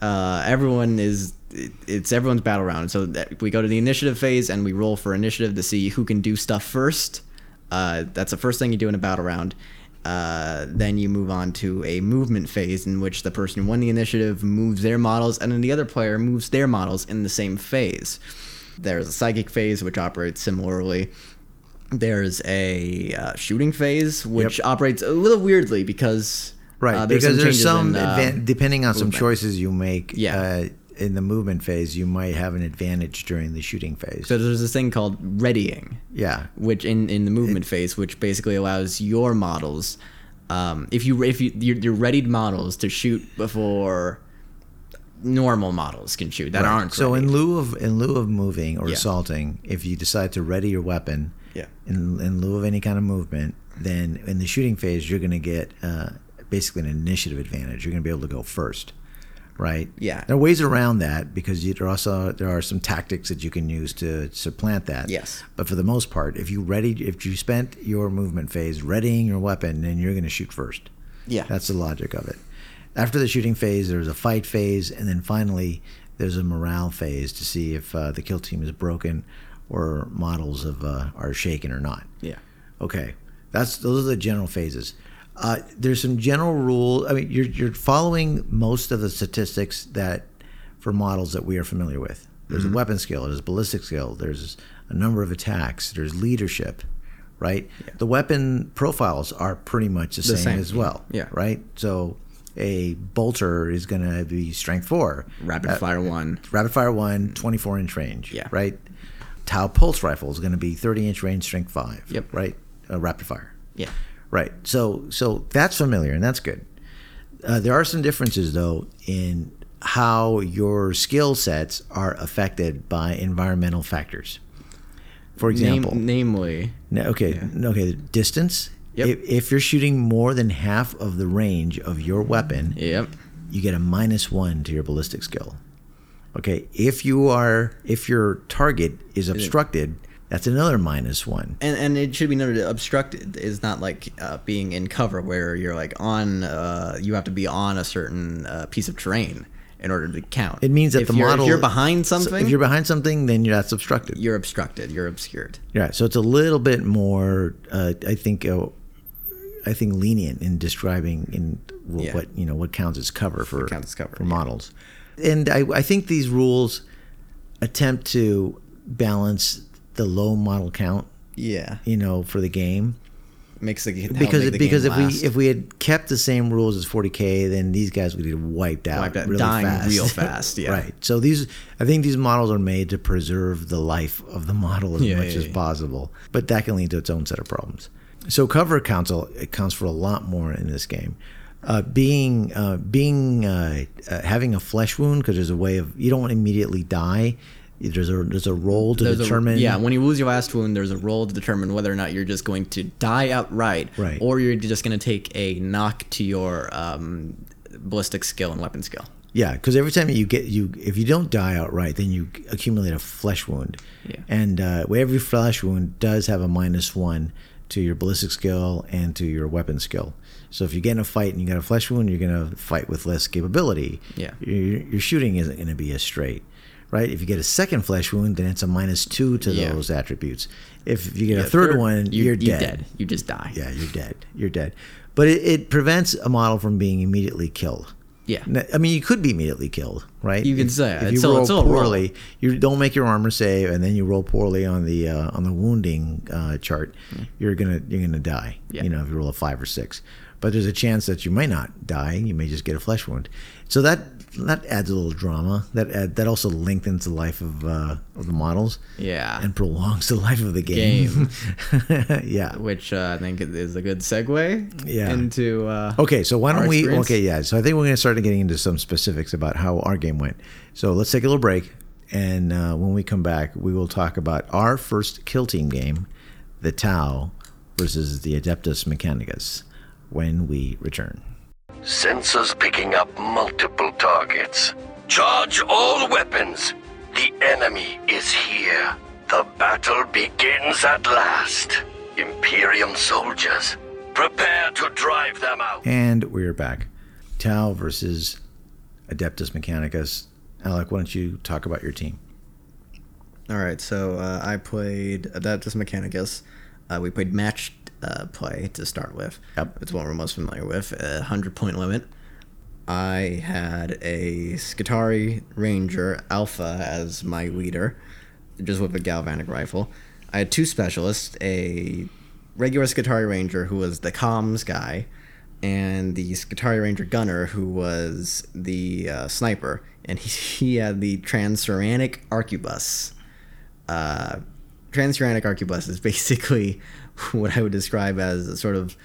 Speaker 2: uh, everyone is it- it's everyone's battle round. So that we go to the initiative phase and we roll for initiative to see who can do stuff first. Uh, that's the first thing you do in a battle round. Uh, then you move on to a movement phase in which the person who won the initiative moves their models, and then the other player moves their models in the same phase. There's a psychic phase which operates similarly. There's a uh, shooting phase which operates a little weirdly because
Speaker 1: right.
Speaker 2: uh,
Speaker 1: because there's
Speaker 2: changes
Speaker 1: some
Speaker 2: in, uh,
Speaker 1: advan- depending on some
Speaker 2: movement.
Speaker 1: choices you make.
Speaker 2: Yeah.
Speaker 1: Uh, in the movement phase, you might have an advantage during the shooting phase.
Speaker 2: so there's this thing called readying,
Speaker 1: yeah.
Speaker 2: which in, in the movement phase, which basically allows your models, um, if you if you your, your readied models to shoot before normal models can shoot that aren't
Speaker 1: so
Speaker 2: readied.
Speaker 1: in lieu of in lieu of moving or
Speaker 2: Yeah.
Speaker 1: assaulting, if you decide to ready your weapon,
Speaker 2: Yeah.
Speaker 1: in, in lieu of any kind of movement, then in the shooting phase you're going to get uh, basically an initiative advantage. You're going to be able to go first, right?
Speaker 2: Yeah.
Speaker 1: There are ways around that because you, there also there are some tactics that you can use to supplant that.
Speaker 2: Yes.
Speaker 1: But for the most part, if you ready if you spent your movement phase readying your weapon, then you're going to shoot first.
Speaker 2: yeah
Speaker 1: That's the logic of it. After the shooting phase, there's a fight phase, and then finally, there's a morale phase to see if uh, the kill team is broken or models of uh, are shaken or not.
Speaker 2: yeah
Speaker 1: Okay, that's those are the general phases. Uh, there's some general rule. I mean, you're you're following most of the statistics that for models that we are familiar with. There's a weapon skill. There's ballistic skill. There's a number of attacks. There's leadership, right? The weapon profiles are pretty much the, same,
Speaker 2: same.
Speaker 1: as well.
Speaker 2: Yeah.
Speaker 1: Right. So a bolter is going to be strength four.
Speaker 2: rapid
Speaker 1: Uh,
Speaker 2: fire one
Speaker 1: rapid fire one 24 inch range
Speaker 2: Yeah.
Speaker 1: right tau pulse rifle is going to be 30 inch range strength five
Speaker 2: Yep.
Speaker 1: right uh, rapid fire
Speaker 2: yeah
Speaker 1: right so so that's familiar and that's good uh, there are some differences though in how your skill sets are affected by environmental factors for
Speaker 2: Name,
Speaker 1: example
Speaker 2: namely
Speaker 1: no, okay, no, okay. The distance.
Speaker 2: Yep.
Speaker 1: If, if you're shooting more than half of the range of your weapon,
Speaker 2: yep
Speaker 1: you get a minus one to your ballistic skill. Okay, if you are if your target is obstructed, that's another minus one.
Speaker 2: and and it should be noted that obstructed is not like uh, being in cover where you're like on uh, you have to be on a certain uh, piece of terrain in order to count
Speaker 1: It means that
Speaker 2: if
Speaker 1: the
Speaker 2: you're,
Speaker 1: model
Speaker 2: if you're behind
Speaker 1: so
Speaker 2: something
Speaker 1: if you're
Speaker 2: you're,
Speaker 1: behind something, then you're that's obstructed.
Speaker 2: obstructed you're obscured
Speaker 1: Yeah, so it's a little bit more. Uh, I think. Uh, I think lenient in describing in wh-
Speaker 2: Yeah.
Speaker 1: what you know what counts as cover for
Speaker 2: counts as cover,
Speaker 1: for
Speaker 2: yeah.
Speaker 1: models, and I, I think these rules attempt to balance the low model count
Speaker 2: yeah
Speaker 1: you know for the game
Speaker 2: makes the that'll
Speaker 1: because
Speaker 2: make
Speaker 1: it,
Speaker 2: the
Speaker 1: because
Speaker 2: game
Speaker 1: if
Speaker 2: last.
Speaker 1: we if we had kept the same rules as 40k, then these guys would have wiped out,
Speaker 2: Wiped out,
Speaker 1: really
Speaker 2: dying
Speaker 1: fast. <laughs>
Speaker 2: real fast, yeah.
Speaker 1: right. So these, I think these models are made to preserve the life of the model as
Speaker 2: Yeah,
Speaker 1: much
Speaker 2: yeah,
Speaker 1: as
Speaker 2: yeah.
Speaker 1: possible, but that can lead to its own set of problems. So cover council accounts for a lot more in this game. Uh, being uh, being uh, uh, having a flesh wound because there's a way of you don't immediately die. There's a there's a role to
Speaker 2: There's a-
Speaker 1: determine.
Speaker 2: yeah, when you lose your last wound, there's a roll to determine whether or not you're just going to die outright,
Speaker 1: Right.
Speaker 2: or you're just going to take a knock to your um, ballistic skill and weapon skill.
Speaker 1: Yeah, because every time you get you, if you don't die outright, then you accumulate a flesh wound.
Speaker 2: Yeah.
Speaker 1: And uh, every flesh wound does have a minus one to your ballistic skill and to your weapon skill. So if you get in a fight and you got a flesh wound, you're gonna fight with less capability.
Speaker 2: Yeah.
Speaker 1: Your, your shooting isn't gonna be as straight, right? If you get a second flesh wound, then it's a minus two to
Speaker 2: Yeah.
Speaker 1: those attributes. If you get a third, one,
Speaker 2: you-
Speaker 1: you're,
Speaker 2: you're
Speaker 1: dead.
Speaker 2: You just die.
Speaker 1: Yeah, you're dead. You're dead. But it, it prevents a model from being immediately killed.
Speaker 2: Yeah.
Speaker 1: N- I mean, you could be immediately killed, right?
Speaker 2: You can
Speaker 1: If-
Speaker 2: say,
Speaker 1: if
Speaker 2: it's
Speaker 1: you
Speaker 2: still-
Speaker 1: roll
Speaker 2: it's still a roll.
Speaker 1: poorly, you don't make your armor save, and then you roll poorly on the uh, on the wounding uh, chart. You're gonna you're gonna die.
Speaker 2: Mm-hmm. Yeah.
Speaker 1: You know, if you roll a five or six, but there's a chance that you might not die. You may just get a flesh wound. So that that adds a little drama. That add, that also lengthens the life of uh, of the models.
Speaker 2: Yeah.
Speaker 1: And prolongs the life of the game. <laughs> yeah.
Speaker 2: Which uh, I think is a good segue
Speaker 1: Yeah.
Speaker 2: into. Uh,
Speaker 1: Okay, so why
Speaker 2: our
Speaker 1: don't we?
Speaker 2: experience?
Speaker 1: Okay, yeah. So I think we're going to start getting into some specifics about how our game went. So let's take a little break, and uh, when we come back, we will talk about our first kill team game, the Tau versus the Adeptus Mechanicus, when we return.
Speaker 3: Sensors picking up multiple targets. Charge all weapons. The enemy is here. The battle begins at last. Imperium soldiers, prepare to drive them out.
Speaker 1: And we're back. Tau versus Adeptus Mechanicus. Alec, why don't you talk about your team?
Speaker 2: All right, so uh, I played Adeptus Mechanicus. Uh, we played match uh, play to start with.
Speaker 1: Yep.
Speaker 2: It's what we're most familiar with. A hundred point limit. I had a Skatari Ranger Alpha as my leader, just with a galvanic rifle. I had two specialists: a regular Skatari Ranger who was the comms guy, and the Skatari Ranger Gunner who was the uh, sniper. And he, <laughs> he had the Transuranic Arquebus uh, transuranic arquebus is basically <laughs> what I would describe as a sort of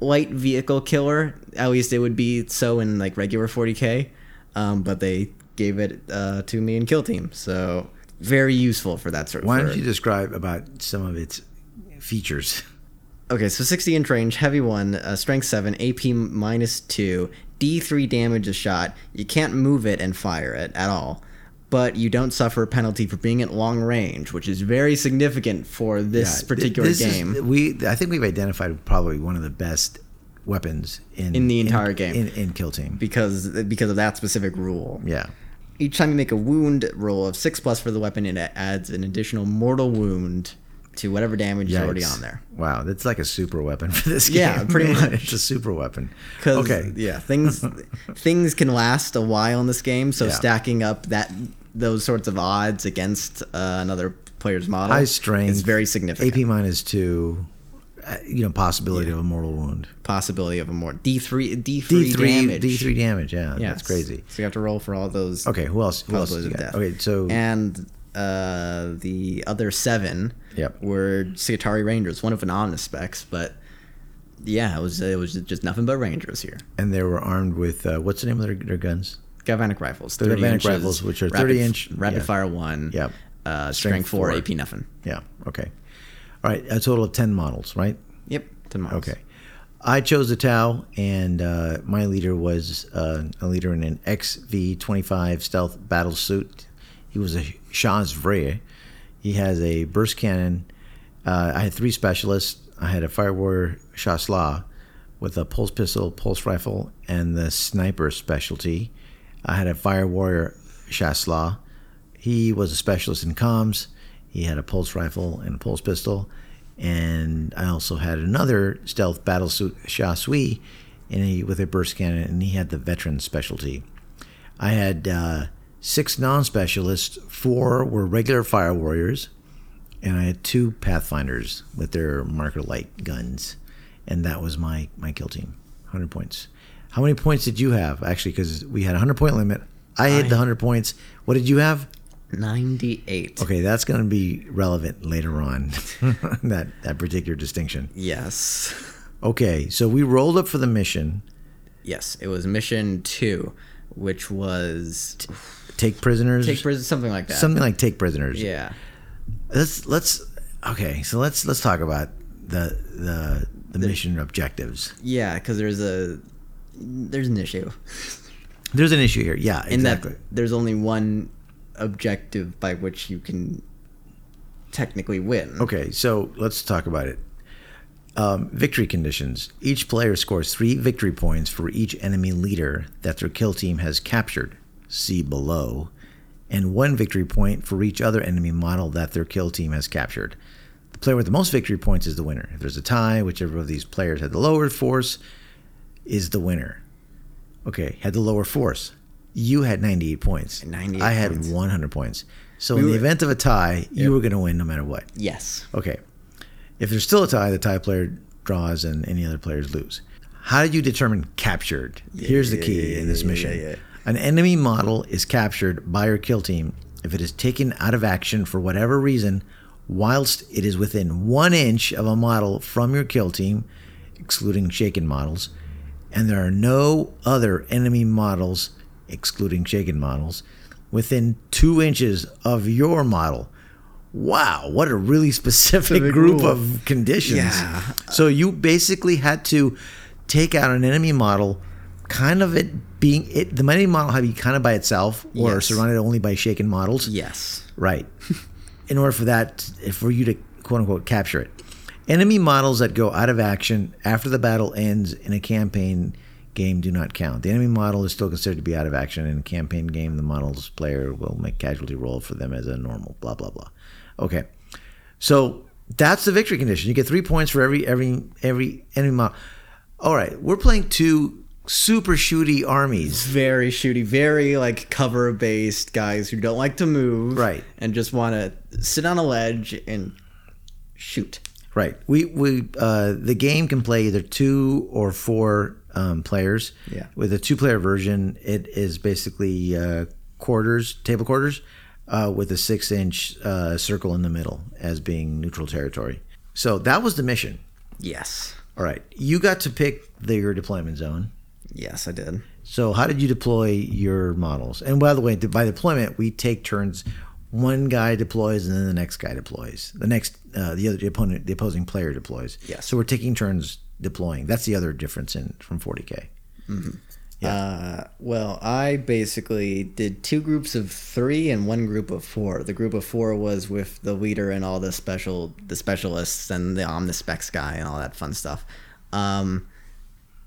Speaker 2: light vehicle killer. At least it would be so in like regular 40k, um, but they gave it uh, to me in kill team, so very useful for that sort of.
Speaker 1: Why
Speaker 2: for-
Speaker 1: don't you describe about some of its features?
Speaker 2: Okay, so 60 inch range, heavy one, uh, strength 7, AP minus 2, D3 damage a shot. You can't move it and fire it at all, but you don't suffer a penalty for being at long range, which is very significant for this
Speaker 1: Yeah,
Speaker 2: particular
Speaker 1: this is-
Speaker 2: game.
Speaker 1: we I think we've identified probably one of the best weapons in
Speaker 2: In the entire game.
Speaker 1: in, in Kill Team.
Speaker 2: because because of that specific rule.
Speaker 1: yeah,
Speaker 2: Each time you make a wound roll of 6 plus for the weapon, it adds an additional mortal wound to whatever damage is already
Speaker 1: Yikes.
Speaker 2: on there.
Speaker 1: Wow, that's like a super weapon for this game.
Speaker 2: Yeah, pretty much.
Speaker 1: it's a super weapon.
Speaker 2: Because
Speaker 1: Okay, <laughs>
Speaker 2: yeah, things things can last a while in this game. So
Speaker 1: Yeah.
Speaker 2: stacking up that those sorts of odds against uh, another player's model
Speaker 1: high strength.
Speaker 2: is very
Speaker 1: AP
Speaker 2: significant.
Speaker 1: minus two. uh, You know, possibility of a mortal wound.
Speaker 2: Possibility of a more D three
Speaker 1: D
Speaker 2: D three
Speaker 1: three
Speaker 2: damage.
Speaker 1: D three damage. Yeah,
Speaker 2: Yeah,
Speaker 1: that's crazy.
Speaker 2: So you have to roll for all those.
Speaker 1: Okay, who else? Who else?
Speaker 2: possibilities
Speaker 1: you got?
Speaker 2: of death.
Speaker 1: Okay, so
Speaker 2: and uh, the other seven
Speaker 1: Yep.
Speaker 2: were Sigatari Rangers, one of an Omnis specs, but yeah, it was it was just nothing but Rangers here.
Speaker 1: and they were armed with uh, what's the name of their, their guns?
Speaker 2: Galvanic rifles,
Speaker 1: The
Speaker 2: 30
Speaker 1: galvanic
Speaker 2: inches,
Speaker 1: rifles, which are
Speaker 2: rapid-
Speaker 1: 30 inch-
Speaker 2: rapid
Speaker 1: yeah.
Speaker 2: fire one,
Speaker 1: Yep.
Speaker 2: uh, strength,
Speaker 1: Strength
Speaker 2: four,
Speaker 1: four.
Speaker 2: AP nothing.
Speaker 1: Yeah. Okay. All right. A total of ten models, right?
Speaker 2: Yep, ten miles.
Speaker 1: Okay. I chose the Tau, and uh, my leader was uh, a leader in an XV-25 stealth battle suit. He was a Shaz Vray. He has a burst cannon. Uh, I had three specialists. I had a fire warrior Shasla with a pulse pistol, pulse rifle, and the sniper specialty. I had a fire warrior Shasla. He was a specialist in comms. He had a pulse rifle and a pulse pistol. And I also had another stealth battlesuit, Sha Sui, and he, with a burst cannon, and he had the veteran specialty. I had uh, six non specialists, four were regular fire warriors, and I had two pathfinders with their marker light guns. And that was my, my kill team 100 points. How many points did you have? Actually, because we had a 100 point limit. I hit the 100 points. What did you have?
Speaker 2: Ninety-eight.
Speaker 1: Okay, that's going to be relevant later on. <laughs> that that particular distinction.
Speaker 2: Yes, <laughs>
Speaker 1: Okay, so we rolled up for the mission.
Speaker 2: yes. It was mission two, which was
Speaker 1: Take prisoners.
Speaker 2: take prison something like that.
Speaker 1: Something like take prisoners.
Speaker 2: yeah,
Speaker 1: Let's let's okay. So let's let's talk about the the the, mission objectives.
Speaker 2: yeah, because there's a there's an issue
Speaker 1: There's an issue here. Yeah,
Speaker 2: in
Speaker 1: exactly.
Speaker 2: that there's only one objective by which you can technically win.
Speaker 1: Okay, so let's talk about it. Um, victory conditions. Each player scores three victory points for each enemy leader that their kill team has captured. See below. And one victory point for each other enemy model that their kill team has captured. The player with the most victory points is the winner. If there's a tie, whichever of these players had the lower force is the winner. Okay, had the lower force. You had 98 points.
Speaker 2: 98
Speaker 1: I had
Speaker 2: points.
Speaker 1: 100 points. So in the
Speaker 2: were-
Speaker 1: event of a tie, you were going to win no matter what.
Speaker 2: Yes.
Speaker 1: Okay. If there's still a tie, the tie player draws and any other players lose. How did you determine captured? Here's the key in this mission. An enemy model is captured by your kill team if it is taken out of action for whatever reason, whilst it is within one inch of a model from your kill team, excluding shaken models, and there are no other enemy models, excluding shaken models, within two inches of your model. Wow, what a really <laughs> specific
Speaker 2: Specific
Speaker 1: group
Speaker 2: rule.
Speaker 1: of conditions.
Speaker 2: Yeah.
Speaker 1: So you basically had to take out an enemy model, kind of it being it the enemy model had to be kind of by itself or
Speaker 2: Yes.
Speaker 1: surrounded only by shaken models.
Speaker 2: Yes.
Speaker 1: Right. In order for that for you to quote unquote capture it. Enemy models that go out of action after the battle ends in a campaign game do not count. The enemy model is still considered to be out of action in a campaign game. The model's player will make casualty roll for them as a normal blah blah blah. Okay. So that's the victory condition. You get three points for every every every enemy model. All right, we're playing two super shooty armies.
Speaker 2: Very shooty, very like cover based guys who don't like to move.
Speaker 1: Right.
Speaker 2: And just want to sit on a ledge and shoot.
Speaker 1: Right. We we uh, the game can play either two or four um, players.
Speaker 2: Yeah.
Speaker 1: With a two-player version, it is basically uh, quarters, table quarters, uh, with a six-inch uh, circle in the middle as being neutral territory. So that was the mission.
Speaker 2: Yes.
Speaker 1: All right. You got to pick the, your deployment zone.
Speaker 2: Yes, I did.
Speaker 1: So how did you deploy your models? And by the way, by deployment, we take turns. One guy deploys, and then the next guy deploys. The next, uh, the other the opponent, the opposing player deploys.
Speaker 2: Yes.
Speaker 1: So we're taking turns deploying. That's the other difference in from 40k.
Speaker 2: Uh, well, I basically did two groups of three and one group of four. The group of four was with the leader and all the special, the specialists and the omnispecs guy and all that fun stuff. Um,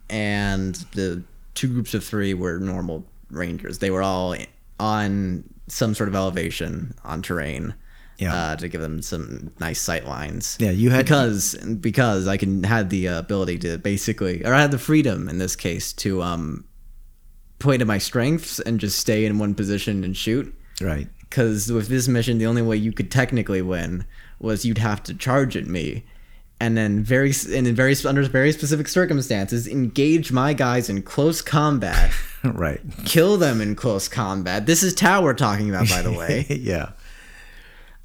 Speaker 2: and the two groups of three were normal rangers. They were all on some sort of elevation on terrain.
Speaker 1: Yeah.
Speaker 2: Uh, to give them some nice sight lines.
Speaker 1: Yeah, you had-
Speaker 2: because because I can had the uh, ability to basically, or I had the freedom in this case to um play to my strengths and just stay in one position and shoot.
Speaker 1: Right. <laughs>
Speaker 2: Because with this mission, the only way you could technically win was you'd have to charge at me, and then very s- and in very s- under very specific circumstances, engage my guys in close combat,
Speaker 1: right.
Speaker 2: kill them in close combat. This is Tower talking about, by the way.
Speaker 1: <laughs> yeah.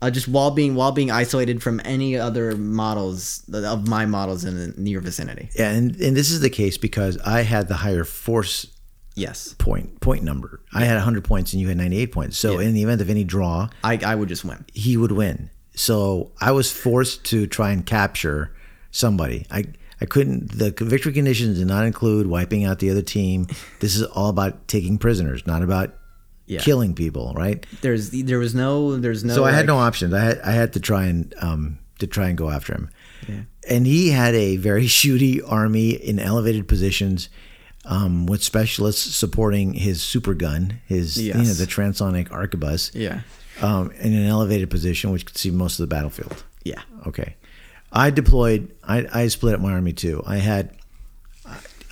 Speaker 2: uh, just while being while being isolated from any other models uh, of my models in the near vicinity.
Speaker 1: And and this is the case because I had the higher force
Speaker 2: Yes,
Speaker 1: point point number. I had 100 points, and you had 98 points. So in the event of any draw,
Speaker 2: I I would just win.
Speaker 1: he would win. So I was forced to try and capture somebody. I I couldn't. The victory conditions did not include wiping out the other team. This is all about taking prisoners, not about
Speaker 2: Yeah.
Speaker 1: killing people, right?
Speaker 2: There's there was no there's no.
Speaker 1: So I had
Speaker 2: like-
Speaker 1: no options. I had I had to try and um to try and go after him. And he had a very <laughs> shooty army in elevated positions. Um, with specialists supporting his super gun, his you know
Speaker 2: Yes.
Speaker 1: the transonic arquebus,
Speaker 2: Yeah.
Speaker 1: um, in an elevated position which could see most of the battlefield.
Speaker 2: Yeah.
Speaker 1: Okay. I deployed. I, I split up my army too. I had,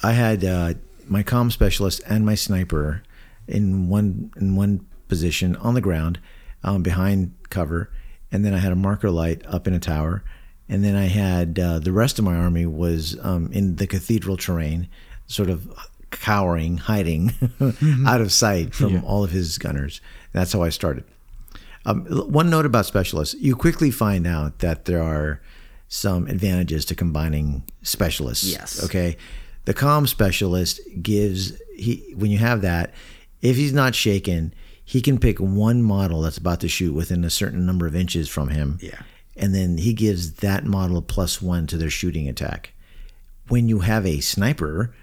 Speaker 1: I had uh, my comm specialist and my sniper in one in one position on the ground, um, behind cover, and then I had a marker light up in a tower, and then I had uh, the rest of my army was um, in the cathedral terrain, sort of cowering, hiding <laughs> out of sight from all of his gunners. That's how I started. Um, l- one note about specialists: you quickly find out that there are some advantages to combining specialists.
Speaker 2: Yes.
Speaker 1: Okay. The comm specialist gives he when you have that, If he's not shaken, he can pick one model that's about to shoot within a certain number of inches from him.
Speaker 2: Yeah.
Speaker 1: And then he gives that model a plus one to their shooting attack. When you have a sniper,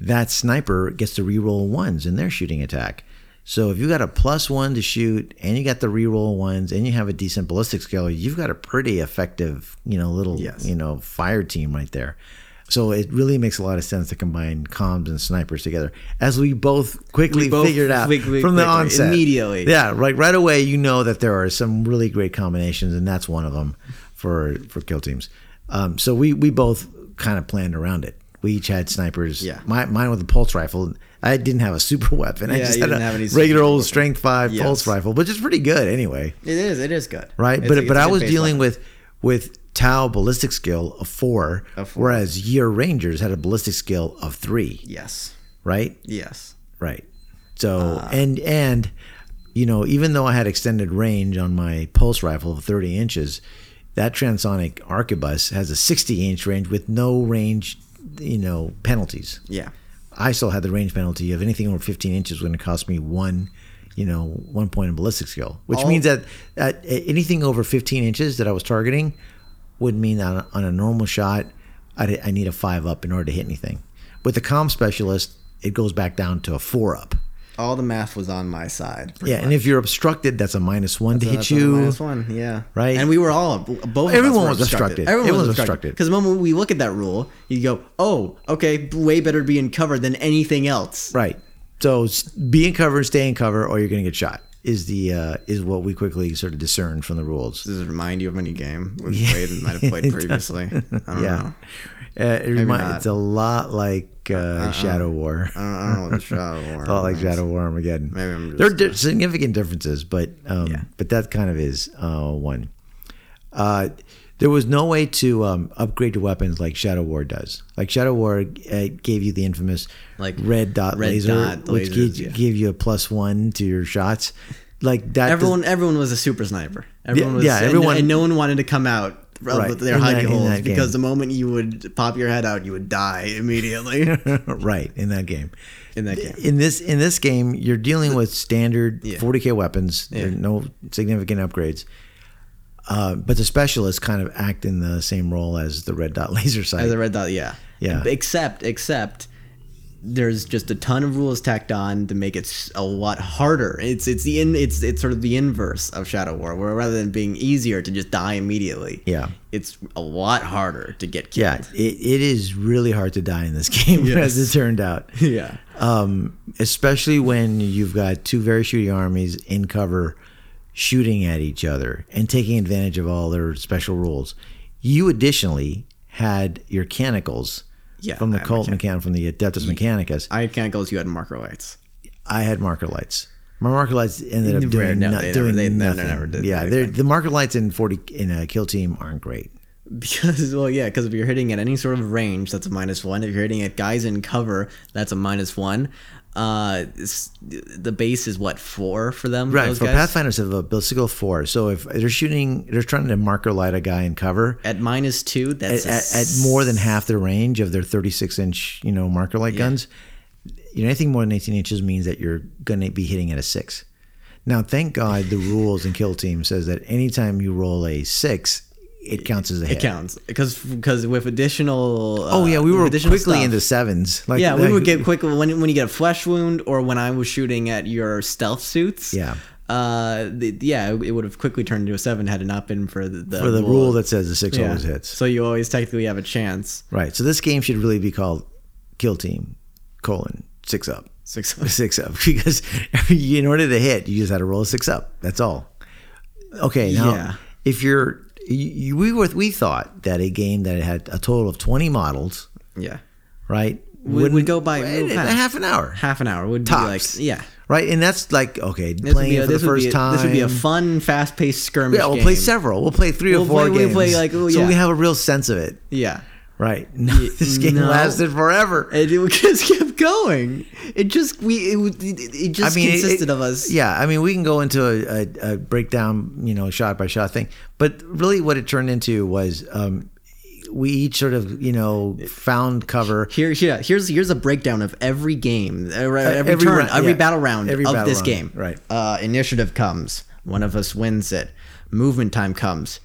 Speaker 1: that sniper gets to reroll ones in their shooting attack. So if you got a plus one to shoot and you got the reroll ones and you have a decent ballistic skill, you've got a pretty effective, you know, little
Speaker 2: Yes.
Speaker 1: you know, fire team right there. So it really makes a lot of sense to combine comms and snipers together. As we both quickly
Speaker 2: We both
Speaker 1: figured out
Speaker 2: quickly-
Speaker 1: from the
Speaker 2: quickly,
Speaker 1: onset.
Speaker 2: immediately.
Speaker 1: Yeah, right right away you know that there are some really great combinations and that's one of them for for kill teams. Um, so we we both kind of planned around it. We each had snipers.
Speaker 2: Yeah.
Speaker 1: My, mine with a pulse rifle. I didn't have a super <laughs> weapon. I
Speaker 2: Yeah,
Speaker 1: just
Speaker 2: you
Speaker 1: had a
Speaker 2: didn't have any super
Speaker 1: regular old
Speaker 2: weapon.
Speaker 1: strength five
Speaker 2: Yes.
Speaker 1: pulse rifle, which is pretty good anyway
Speaker 2: It is. It is good.
Speaker 1: right?
Speaker 2: It's
Speaker 1: but
Speaker 2: a- it's
Speaker 1: but
Speaker 2: a
Speaker 1: I
Speaker 2: good
Speaker 1: was
Speaker 2: baseline.
Speaker 1: dealing with with Tau ballistic skill of four,
Speaker 2: Of four.
Speaker 1: whereas your Rangers had a ballistic skill of three,
Speaker 2: Yes.
Speaker 1: right?
Speaker 2: Yes.
Speaker 1: Right. So and and you know even though I had extended range on my pulse rifle of thirty inches, that transonic arquebus has a sixty inch range with no range, you know penalties.
Speaker 2: Yeah.
Speaker 1: I still had the range penalty of anything over 15 inches was going to cost me one, you know, one point in ballistic skill, which
Speaker 2: All-
Speaker 1: means that at anything over 15 inches that I was targeting would mean that on a normal shot, I'd, I need a five up in order to hit anything. With the comm specialist, it goes back down to a four up.
Speaker 2: All the math was on my side. pretty
Speaker 1: Yeah, and if you're obstructed, that's a minus one to
Speaker 2: So
Speaker 1: hit
Speaker 2: that's on the
Speaker 1: you.
Speaker 2: minus one, yeah,
Speaker 1: Right?
Speaker 2: And we were all both.
Speaker 1: Everyone
Speaker 2: of
Speaker 1: was
Speaker 2: us were
Speaker 1: obstructed.
Speaker 2: Everyone
Speaker 1: Everyone
Speaker 2: was
Speaker 1: was
Speaker 2: obstructed.
Speaker 1: obstructed.
Speaker 2: Because the moment we look at that rule, you go, "Oh, okay, way better to be in cover than anything else."
Speaker 1: Right. So s- be in cover, stay in cover, or you're going to get shot. Is the uh, is what we quickly sort of discerned from the rules.
Speaker 2: Does it remind you of any game
Speaker 1: <laughs>
Speaker 2: we've played and might have played previously? I don't
Speaker 1: Yeah.
Speaker 2: know.
Speaker 1: Uh, it reminds,
Speaker 2: Uh-huh. not. Uh-huh.
Speaker 1: it's a lot like uh, Shadow War.
Speaker 2: I don't, I don't know what
Speaker 1: <laughs>
Speaker 2: the Shadow War.
Speaker 1: A lot like
Speaker 2: is.
Speaker 1: Shadow War Armageddon.
Speaker 2: Maybe I'm
Speaker 1: there are
Speaker 2: just-
Speaker 1: di- significant differences, but um, but that kind of is uh, one. Uh, there was no way to um, upgrade your weapons like Shadow War does. Like Shadow War uh, gave you the infamous
Speaker 2: Like
Speaker 1: red dot
Speaker 2: red
Speaker 1: laser,
Speaker 2: dot
Speaker 1: which
Speaker 2: lasers,
Speaker 1: gives
Speaker 2: yeah.
Speaker 1: gave you a plus one to your shots. Like that. does-
Speaker 2: Everyone, everyone was a super sniper. Everyone was,
Speaker 1: yeah,
Speaker 2: and-
Speaker 1: everyone-
Speaker 2: and, no one wanted to come out of
Speaker 1: Right,
Speaker 2: their
Speaker 1: in that-
Speaker 2: hidey
Speaker 1: in
Speaker 2: holes
Speaker 1: that game.
Speaker 2: because the moment you would pop your head out, you would die immediately
Speaker 1: <laughs>
Speaker 2: in
Speaker 1: right in that game.
Speaker 2: that game.
Speaker 1: in this in this game, you're dealing with standard 40k weapons. There are
Speaker 2: Yeah.
Speaker 1: no significant upgrades. Uh, but the specialists kind of act in the same role as the red dot <laughs> laser sight.
Speaker 2: As a red dot, yeah.
Speaker 1: Yeah.
Speaker 2: Except, except there's just a ton of rules tacked on to make it s- a lot harder. It's it's the in, it's it's sort of the inverse of Shadow War, where rather than being easier to just die immediately,
Speaker 1: Yeah.
Speaker 2: it's a lot harder to get killed.
Speaker 1: yeah, it, it is really hard to die in this <laughs> game, as it turned
Speaker 2: <laughs>
Speaker 1: out.
Speaker 2: Yeah.
Speaker 1: Um, especially when you've got two very shooty armies in cover shooting at each other and taking advantage of all their special rules. You additionally had your canicals
Speaker 2: Yeah,
Speaker 1: from the
Speaker 2: I have
Speaker 1: cult mechan from the Adeptus Mechanicus.
Speaker 2: I can't go as you had marker lights.
Speaker 1: I had marker lights. My marker lights ended up doing,
Speaker 2: no,
Speaker 1: not,
Speaker 2: they never-
Speaker 1: doing
Speaker 2: they never-
Speaker 1: nothing.
Speaker 2: never did
Speaker 1: yeah,
Speaker 2: anything.
Speaker 1: they're, the marker lights in forty in a kill team aren't great.
Speaker 2: Because <laughs> well, yeah, because if you're hitting at any sort of range, that's a minus one. If you're hitting at guys in cover, that's a minus one. Uh, it's- the base is what four for them.
Speaker 1: Right,
Speaker 2: those
Speaker 1: for
Speaker 2: guys?
Speaker 1: Pathfinders have a ballistical four. So if they're shooting, they're trying to marker light a guy in cover
Speaker 2: at minus two,
Speaker 1: at,
Speaker 2: that's a
Speaker 1: at, at more than half the range of their thirty-six inch, you know, marker light guns. You know, anything more than eighteen inches means that you're going to be hitting at a six. Now, thank God, the rules in kill team says that anytime you roll a six, it counts as a hit.
Speaker 2: It counts because because with additional. Uh,
Speaker 1: Oh yeah, we
Speaker 2: with
Speaker 1: were
Speaker 2: additional
Speaker 1: quickly
Speaker 2: stuff-
Speaker 1: into sevens. Like
Speaker 2: Yeah, we
Speaker 1: like- <laughs>
Speaker 2: would get quick when when you get a flesh wound or when I was shooting at your stealth suits.
Speaker 1: Yeah.
Speaker 2: Uh, the, yeah, it would have quickly turned into a seven had it not been for the, the
Speaker 1: for the rule that says the six
Speaker 2: yeah.
Speaker 1: always hits.
Speaker 2: So you always technically have a chance.
Speaker 1: Right. So this game should really be called Kill Team colon six up <laughs>
Speaker 2: Six. <laughs>
Speaker 1: six up <laughs> because in order to hit you just had to roll a six up. That's all. Okay. Now
Speaker 2: Yeah.
Speaker 1: if you're you, we were we thought that a game that had a total of twenty models
Speaker 2: yeah.
Speaker 1: right
Speaker 2: Would
Speaker 1: wouldn't-
Speaker 2: would go by
Speaker 1: in
Speaker 2: real
Speaker 1: a
Speaker 2: fast.
Speaker 1: half an hour.
Speaker 2: half an hour would
Speaker 1: Tops.
Speaker 2: be like yeah.
Speaker 1: Right, and that's like okay,
Speaker 2: This would
Speaker 1: playing
Speaker 2: be
Speaker 1: it
Speaker 2: a-
Speaker 1: for the
Speaker 2: this would
Speaker 1: first
Speaker 2: be a-
Speaker 1: time.
Speaker 2: This would be a fun, fast-paced skirmish.
Speaker 1: Yeah, we'll
Speaker 2: game.
Speaker 1: play several. We'll play 3 or
Speaker 2: We'll
Speaker 1: four
Speaker 2: play- we'll
Speaker 1: games.
Speaker 2: play, like, oh,
Speaker 1: so we
Speaker 2: yeah.
Speaker 1: have a real sense of it.
Speaker 2: Yeah.
Speaker 1: Right. <laughs> No, this game
Speaker 2: no.
Speaker 1: lasted forever.
Speaker 2: And it <laughs> just kept going. It just we it would- it, it just consisted
Speaker 1: it-
Speaker 2: of us.
Speaker 1: Yeah, I mean, we can go into a, a, a breakdown, you know, shot by shot thing, but really, what it turned into was um, we each sort of you know found cover.
Speaker 2: Here, yeah, here's here's a breakdown of every game, uh, right, every,
Speaker 1: every
Speaker 2: turn,
Speaker 1: round,
Speaker 2: every
Speaker 1: yeah.
Speaker 2: battle round
Speaker 1: Every
Speaker 2: of
Speaker 1: battle
Speaker 2: this
Speaker 1: round,
Speaker 2: game.
Speaker 1: right.
Speaker 2: Uh, initiative comes. One of us wins it. Movement time comes.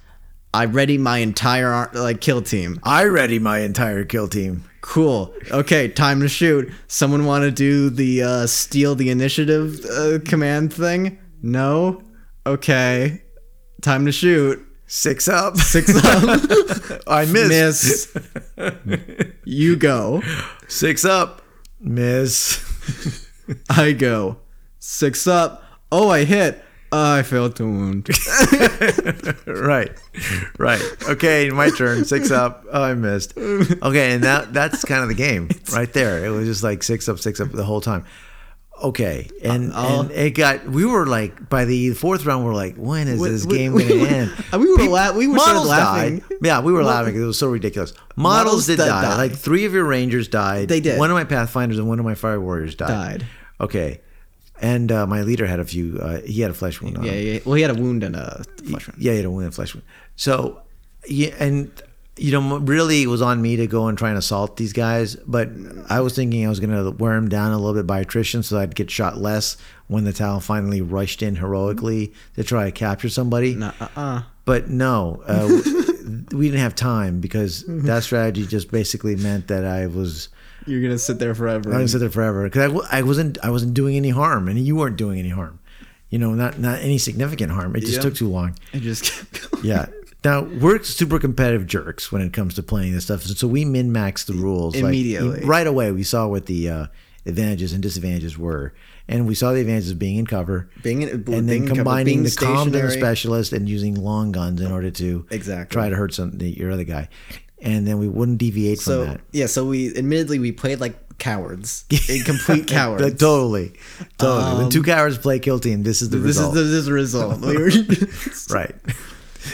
Speaker 2: I ready my entire ar- like kill team.
Speaker 1: I ready my entire kill team.
Speaker 2: Cool. Okay, time to shoot. Someone want to do the uh, steal the initiative uh, command thing? No. Okay. Time to shoot.
Speaker 1: Six up.
Speaker 2: Six up.
Speaker 1: <laughs>
Speaker 2: <laughs>
Speaker 1: I miss.
Speaker 2: miss. <laughs> you go.
Speaker 1: Six up. Miss.
Speaker 2: I go six up. Oh, I hit. Uh, I failed
Speaker 1: <laughs>
Speaker 2: to wound.
Speaker 1: right. Right. Okay, my turn.
Speaker 2: <laughs>
Speaker 1: Six up. Oh, I missed. Okay, and that that's kind of the
Speaker 2: <laughs>
Speaker 1: game right there. It was just like six up, six up the whole time. Okay,
Speaker 2: Uh,
Speaker 1: and, and it got. We were like by the fourth round, we are like, when is this
Speaker 2: we-
Speaker 1: game
Speaker 2: we
Speaker 1: going to
Speaker 2: were- <laughs> uh,
Speaker 1: end?
Speaker 2: we were
Speaker 1: People-
Speaker 2: la- we were started laughing.
Speaker 1: died. Yeah, we were laughing because it was so ridiculous. Models,
Speaker 2: Models
Speaker 1: did
Speaker 2: did
Speaker 1: die.
Speaker 2: die.
Speaker 1: Like three of your rangers died.
Speaker 2: They did.
Speaker 1: One of my pathfinders and one of my fire warriors died.
Speaker 2: Died.
Speaker 1: Okay, and uh, my leader had a few. Uh, he had a flesh wound. on
Speaker 2: yeah,
Speaker 1: him.
Speaker 2: yeah. Well, he had a wound and a flesh wound.
Speaker 1: Yeah, you don't win a flesh wound. So, yeah, and you know, really, it was on me to go and try and assault these guys. But I was thinking I was going to wear them down a little bit by attrition, so I'd get shot less when the Talon finally rushed in heroically to try to capture somebody.
Speaker 2: Uh, uh, uh.
Speaker 1: But no, uh, we didn't have time because that strategy just basically meant that I was.
Speaker 2: You're gonna sit there forever.
Speaker 1: I was sit there forever because I, w- I wasn't I wasn't doing any harm, and you weren't doing any harm. You know, not not any significant harm. It just
Speaker 2: Yeah.
Speaker 1: took too long.
Speaker 2: I <laughs> just kept going.
Speaker 1: Yeah. Now we're super competitive jerks when it comes to playing this stuff, so we min max the rules like,
Speaker 2: Immediately.
Speaker 1: right away, we saw what the uh, advantages and disadvantages were, and we saw the advantages of being in cover,
Speaker 2: Being in- being
Speaker 1: and then
Speaker 2: in cover,
Speaker 1: combining
Speaker 2: being
Speaker 1: the comms and the
Speaker 2: stationary.
Speaker 1: specialist, and using long guns in order to
Speaker 2: Exactly.
Speaker 1: try to hurt some the, your other guy, and then we wouldn't deviate
Speaker 2: So
Speaker 1: from that.
Speaker 2: yeah, so we admittedly we played
Speaker 1: <laughs>
Speaker 2: like cowards, incomplete cowards. Um,
Speaker 1: But totally, totally. when two cowards play kill team, this is the
Speaker 2: this
Speaker 1: result,
Speaker 2: is the, this is
Speaker 1: <laughs>
Speaker 2: the result. We were <laughs>
Speaker 1: right? <laughs>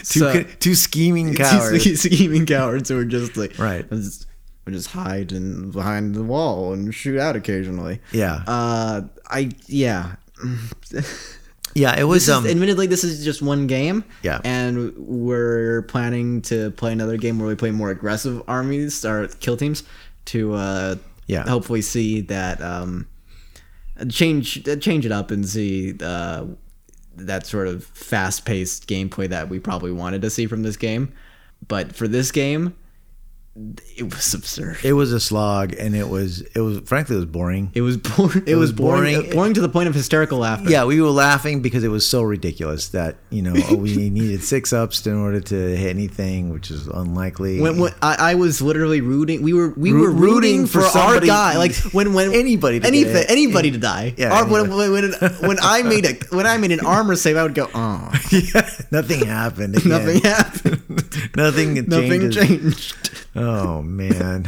Speaker 1: two
Speaker 2: So-
Speaker 1: co- two
Speaker 2: <laughs>
Speaker 1: scheming cowards.
Speaker 2: These scheming cowards who were just like
Speaker 1: Right.
Speaker 2: We just, we just hide in behind the wall and shoot out occasionally.
Speaker 1: Yeah.
Speaker 2: Uh, I yeah. <laughs>
Speaker 1: yeah, it was
Speaker 2: This is-
Speaker 1: um.
Speaker 2: admittedly, this is just one game.
Speaker 1: Yeah.
Speaker 2: And we're planning to play another game where we play more aggressive armies or kill teams to uh,
Speaker 1: Yeah.
Speaker 2: hopefully see that um, change uh, change it up and see uh, that sort of fast paced gameplay that we probably wanted to see from this game. But for this game, it was absurd. It,
Speaker 1: It was a slog, and it was it was frankly it was boring.
Speaker 2: was <laughs> boring. It, was,
Speaker 1: was
Speaker 2: boring.
Speaker 1: boring.
Speaker 2: Boring, to the point of hysterical laughter.
Speaker 1: yeah, we were laughing because it was so ridiculous that you know oh,
Speaker 2: <laughs>
Speaker 1: we needed six ups in order to hit anything, which is unlikely.
Speaker 2: When, when I, I was literally rooting, we were we
Speaker 1: Roo-
Speaker 2: were rooting,
Speaker 1: rooting
Speaker 2: for,
Speaker 1: for
Speaker 2: our
Speaker 1: somebody-
Speaker 2: guy. <laughs> Like when when
Speaker 1: Anybody to get
Speaker 2: anything
Speaker 1: hit.
Speaker 2: anybody to die.
Speaker 1: Yeah,
Speaker 2: Or when,
Speaker 1: anybody.
Speaker 2: when, when, when <laughs> I made a when I made an armor save, I would go, <laughs> oh,
Speaker 1: <laughs> Yeah, nothing happened. again.
Speaker 2: nothing happened,
Speaker 1: Nothing.
Speaker 2: <laughs> nothing
Speaker 1: changes.
Speaker 2: changed.
Speaker 1: Oh man.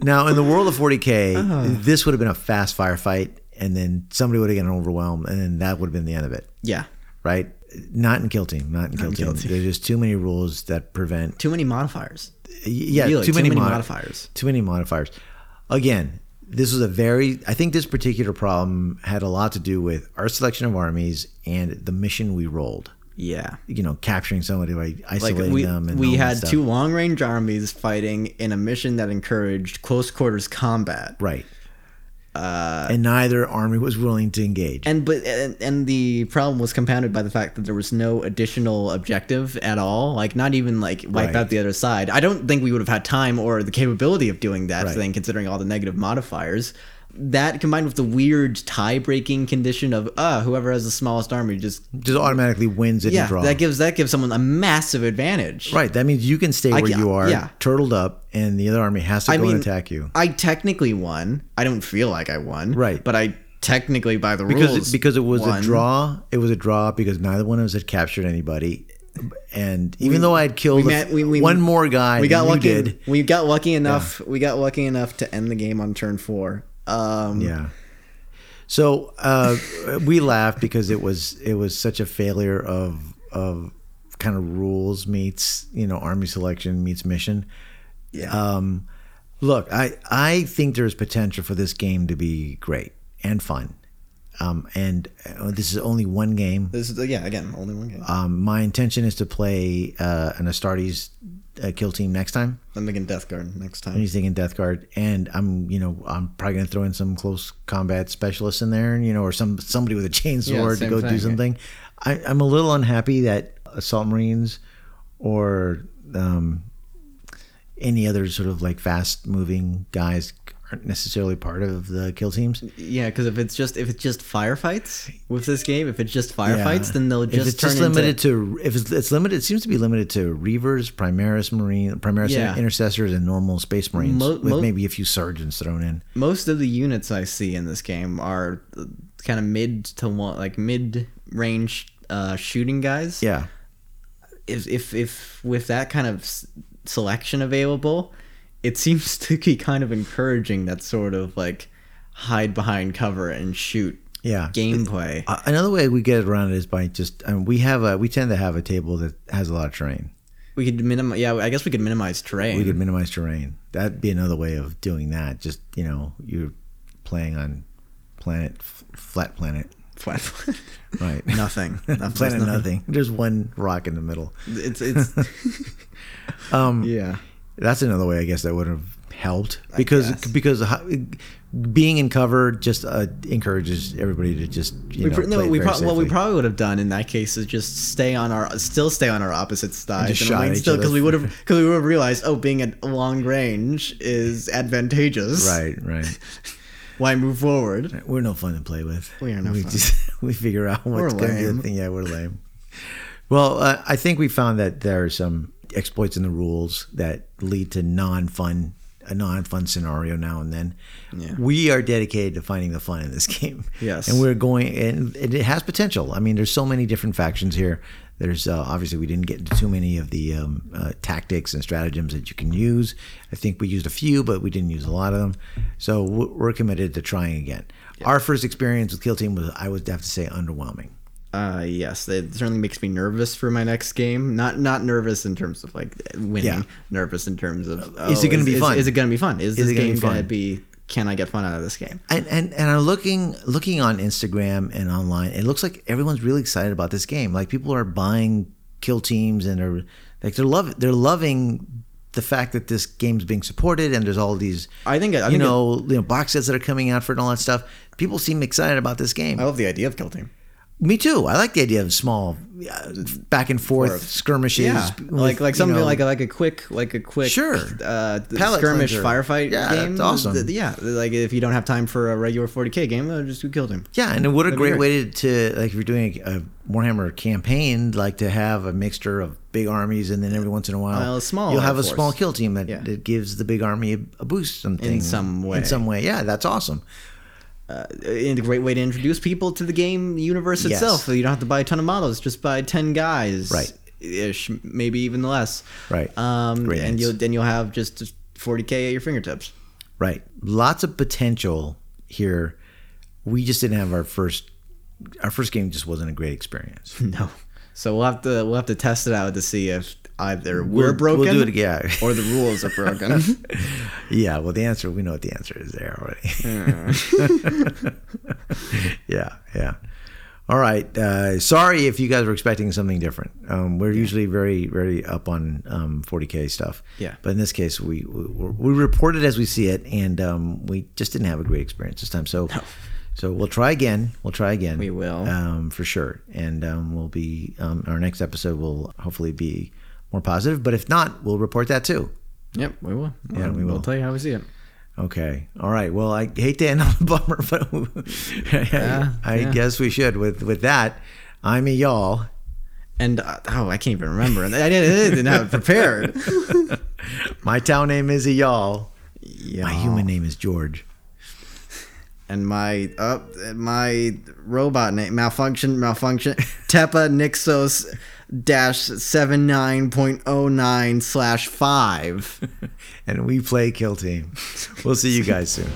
Speaker 1: now in the world of 40k,
Speaker 2: Uh-huh.
Speaker 1: this would have been a fast firefight, and then somebody would have gotten overwhelmed, and then that would have been the end of it,
Speaker 2: Yeah,
Speaker 1: right? Not in kill team. Not in kill, team.
Speaker 2: Kill Team.
Speaker 1: There's just too many rules that prevent
Speaker 2: too many modifiers.
Speaker 1: yeah,
Speaker 2: Really,
Speaker 1: too,
Speaker 2: too
Speaker 1: many,
Speaker 2: many
Speaker 1: mod-
Speaker 2: modifiers.
Speaker 1: Too many modifiers. Again, this was a very. I think this particular problem had a lot to do with our selection of armies and the mission we rolled.
Speaker 2: Yeah,
Speaker 1: You know, capturing somebody by
Speaker 2: like
Speaker 1: isolating
Speaker 2: we
Speaker 1: them. And all
Speaker 2: we
Speaker 1: that
Speaker 2: had
Speaker 1: stuff.
Speaker 2: two long range armies fighting in a mission that encouraged close quarters combat.
Speaker 1: right.
Speaker 2: uh,
Speaker 1: and neither army was willing to engage.
Speaker 2: and but and, and the problem was compounded by the fact that there was no additional objective at all like not even like wipe
Speaker 1: Right.
Speaker 2: out the other side i don't think we would have had time or the capability of doing that
Speaker 1: Right.
Speaker 2: thing considering all the negative modifiers that combined with the weird tie-breaking condition of uh whoever has the smallest army just
Speaker 1: Just automatically wins it
Speaker 2: yeah
Speaker 1: and draw.
Speaker 2: that gives that gives someone a massive advantage
Speaker 1: right. That means you can stay where
Speaker 2: ca-
Speaker 1: you are,
Speaker 2: yeah.
Speaker 1: turtled up, and the other army has to
Speaker 2: I
Speaker 1: go
Speaker 2: mean,
Speaker 1: and attack you.
Speaker 2: i technically won i don't feel like i won
Speaker 1: Right.
Speaker 2: but i technically by the rules
Speaker 1: because it, because it was
Speaker 2: won.
Speaker 1: a draw. It was a draw because neither one of us had captured anybody, and even though I had killed
Speaker 2: we
Speaker 1: a-
Speaker 2: met- we- we-
Speaker 1: one more guy,
Speaker 2: we got
Speaker 1: than you
Speaker 2: lucky.
Speaker 1: Did.
Speaker 2: We got lucky enough. We got lucky enough to end the game on turn four. Um,
Speaker 1: Yeah. So uh, we laughed because it was it was such a failure of of kind of rules meets you know army selection meets mission.
Speaker 2: yeah.
Speaker 1: Um, look, I I think there's potential for this game to be great and fun. Um, and uh, this is only one game.
Speaker 2: This is yeah, again, only one game.
Speaker 1: Um, my intention is to play uh, an Astartes uh, kill team next time.
Speaker 2: I'm thinking Death Guard next
Speaker 1: I'm
Speaker 2: time.
Speaker 1: just thinking Death Guard, and I'm you know I'm probably gonna throw in some close combat specialists in there, you know, or some somebody with a <laughs> chainsaw to
Speaker 2: same
Speaker 1: go
Speaker 2: thing.
Speaker 1: do something. I, I'm a little unhappy that assault marines or um, any other sort of like fast moving guys aren't necessarily part of the kill teams.
Speaker 2: Yeah, because if it's just if it's just firefights with this game, if it's just firefights,
Speaker 1: Yeah.
Speaker 2: then they'll
Speaker 1: If
Speaker 2: just
Speaker 1: it's
Speaker 2: turn
Speaker 1: just
Speaker 2: into
Speaker 1: limited to if it's, it's limited. It seems to be limited to reavers, primaris marine, primaris
Speaker 2: Yeah.
Speaker 1: intercessors, and normal space marines
Speaker 2: Mo-
Speaker 1: with
Speaker 2: mo-
Speaker 1: maybe a few sergeants thrown in.
Speaker 2: most of the units I see in this game are kind of mid to one, like mid range uh, shooting guys.
Speaker 1: Yeah.
Speaker 2: If if if with that kind of s- selection available, it seems <laughs> to be kind of encouraging that sort of like hide behind cover and shoot
Speaker 1: Yeah.
Speaker 2: gameplay.
Speaker 1: Uh, another way we get around it is by just I mean, we have a we tend to have a table that has a lot of terrain.
Speaker 2: We could minimize. Yeah, I guess we could minimize terrain.
Speaker 1: We could minimize terrain. That'd be another way of doing that. Just you know, you're playing on planet f- flat planet,
Speaker 2: <laughs>
Speaker 1: <laughs>
Speaker 2: Flat-
Speaker 1: right? <laughs>
Speaker 2: <laughs> nothing. That's
Speaker 1: planet
Speaker 2: nothing.
Speaker 1: nothing. There's one rock in the middle. <laughs>
Speaker 2: It's it's.
Speaker 1: Um,
Speaker 2: yeah.
Speaker 1: That's another way I guess that would have helped because
Speaker 2: guess.
Speaker 1: because ho- being in cover just uh, encourages everybody to just you
Speaker 2: We
Speaker 1: know
Speaker 2: pr- no,
Speaker 1: play
Speaker 2: we
Speaker 1: very
Speaker 2: pro- what we
Speaker 1: safely.
Speaker 2: probably would have done in that case is just stay on our still stay on our opposite sides
Speaker 1: just shot
Speaker 2: wait
Speaker 1: at each
Speaker 2: still because
Speaker 1: other.
Speaker 2: we would have
Speaker 1: <laughs>
Speaker 2: because we would have realized oh being at long range is advantageous
Speaker 1: right right.
Speaker 2: why move forward
Speaker 1: We're no fun to play with.
Speaker 2: We are no fun.
Speaker 1: Just, <laughs> we figure out what's
Speaker 2: We're
Speaker 1: going to be
Speaker 2: lame.
Speaker 1: the thing. Yeah, we're lame. Well, uh, I think we found that there are some exploits in the rules that lead to non-fun, a non-fun scenario now and then.
Speaker 2: Yeah.
Speaker 1: We are dedicated to finding the fun in this <laughs> game.
Speaker 2: Yes.
Speaker 1: and we're going, and it it has potential. I mean, there's so many different factions here. There's uh, obviously we didn't get into too many of the um, uh, tactics and stratagems that you can use. I think we used a few, but we didn't use a lot of them. So w- we're committed to trying again. Our first experience with Kill Team was, I would have to say, underwhelming.
Speaker 2: uh yes it certainly makes me nervous for my next game not not nervous in terms of like winning
Speaker 1: Yeah.
Speaker 2: nervous in terms of oh,
Speaker 1: Is it gonna be fun?
Speaker 2: is, it gonna be fun
Speaker 1: Is
Speaker 2: is, this
Speaker 1: it gonna
Speaker 2: game
Speaker 1: be
Speaker 2: gonna
Speaker 1: fun?
Speaker 2: be can I get fun out of this game
Speaker 1: and and and I'm looking looking on Instagram and online. It looks like everyone's really excited about this game. Like people are buying kill teams and are like they're love they're loving the fact that this game's being supported and there's all these
Speaker 2: I think I
Speaker 1: you
Speaker 2: think it-
Speaker 1: know you know box sets that are coming out for it and all that stuff. People seem excited about this game.
Speaker 2: I love the idea of kill team
Speaker 1: Me too. I like the idea of small uh, back and forth
Speaker 2: Forth.
Speaker 1: skirmishes.
Speaker 2: yeah,
Speaker 1: with,
Speaker 2: like like
Speaker 1: you
Speaker 2: something
Speaker 1: know,
Speaker 2: like a, like a quick like a quick
Speaker 1: Sure.
Speaker 2: uh,
Speaker 1: Palate
Speaker 2: skirmish
Speaker 1: cleanser.
Speaker 2: firefight
Speaker 1: Yeah,
Speaker 2: game.
Speaker 1: that's awesome.
Speaker 2: Th- yeah, like if you don't have time for a regular 40k game, uh, just go kill him.
Speaker 1: Yeah, and what a
Speaker 2: be
Speaker 1: great way to, to like if you're doing a, a Warhammer campaign, like to have a mixture of big armies, and then every once in a while,
Speaker 2: Well, a small
Speaker 1: you'll have a
Speaker 2: force.
Speaker 1: small kill team that,
Speaker 2: Yeah.
Speaker 1: that gives the big army a, a boost, something
Speaker 2: some way.
Speaker 1: In some way, yeah, that's awesome.
Speaker 2: And a uh, great way to introduce people to the game universe
Speaker 1: Yes.
Speaker 2: itself. You don't have to buy a ton of models; just buy ten guys,
Speaker 1: Right.
Speaker 2: Ish, maybe even less.
Speaker 1: Right.
Speaker 2: Um,
Speaker 1: Great
Speaker 2: and
Speaker 1: idea.
Speaker 2: you'll then you'll have just 40k at your
Speaker 1: <laughs>
Speaker 2: fingertips.
Speaker 1: Right, lots of potential here. We just didn't have our first. Our first game just wasn't a great experience.
Speaker 2: No. So we'll have to we'll have to test it out to see if either we're broken
Speaker 1: We'll do it again.
Speaker 2: or the rules are broken.
Speaker 1: <laughs> Yeah, well, the answer we know what the answer is there already. <laughs> yeah, yeah. All right. Uh, sorry if you guys were expecting something different. Um, we're usually very, very up on um, 40k stuff.
Speaker 2: Yeah.
Speaker 1: But in this case, we we, we report it as we see it, and um, we just didn't have a great experience this time. So, so we'll try again. We'll try again.
Speaker 2: We will.
Speaker 1: um, for sure. And um, we'll be um, our next episode will hopefully be more positive. But if not, we'll report that too.
Speaker 2: Yep, we will.
Speaker 1: Yeah, we will.
Speaker 2: We'll tell you how we see it.
Speaker 1: Okay. All right. Well, I hate to end on a <laughs> bummer, but <laughs> I
Speaker 2: yeah.
Speaker 1: guess we should. With with that, I'm a y'all.
Speaker 2: And uh, oh, I can't even remember. I didn't, I didn't have it prepared.
Speaker 1: My town name is a y'all.
Speaker 2: Yeah.
Speaker 1: My human name is George.
Speaker 2: and my uh, my robot name malfunction malfunction <laughs> Tepa Nixos dash seven nine point oh nine slash five.
Speaker 1: <laughs> And we play Kill Team. We'll see you guys soon.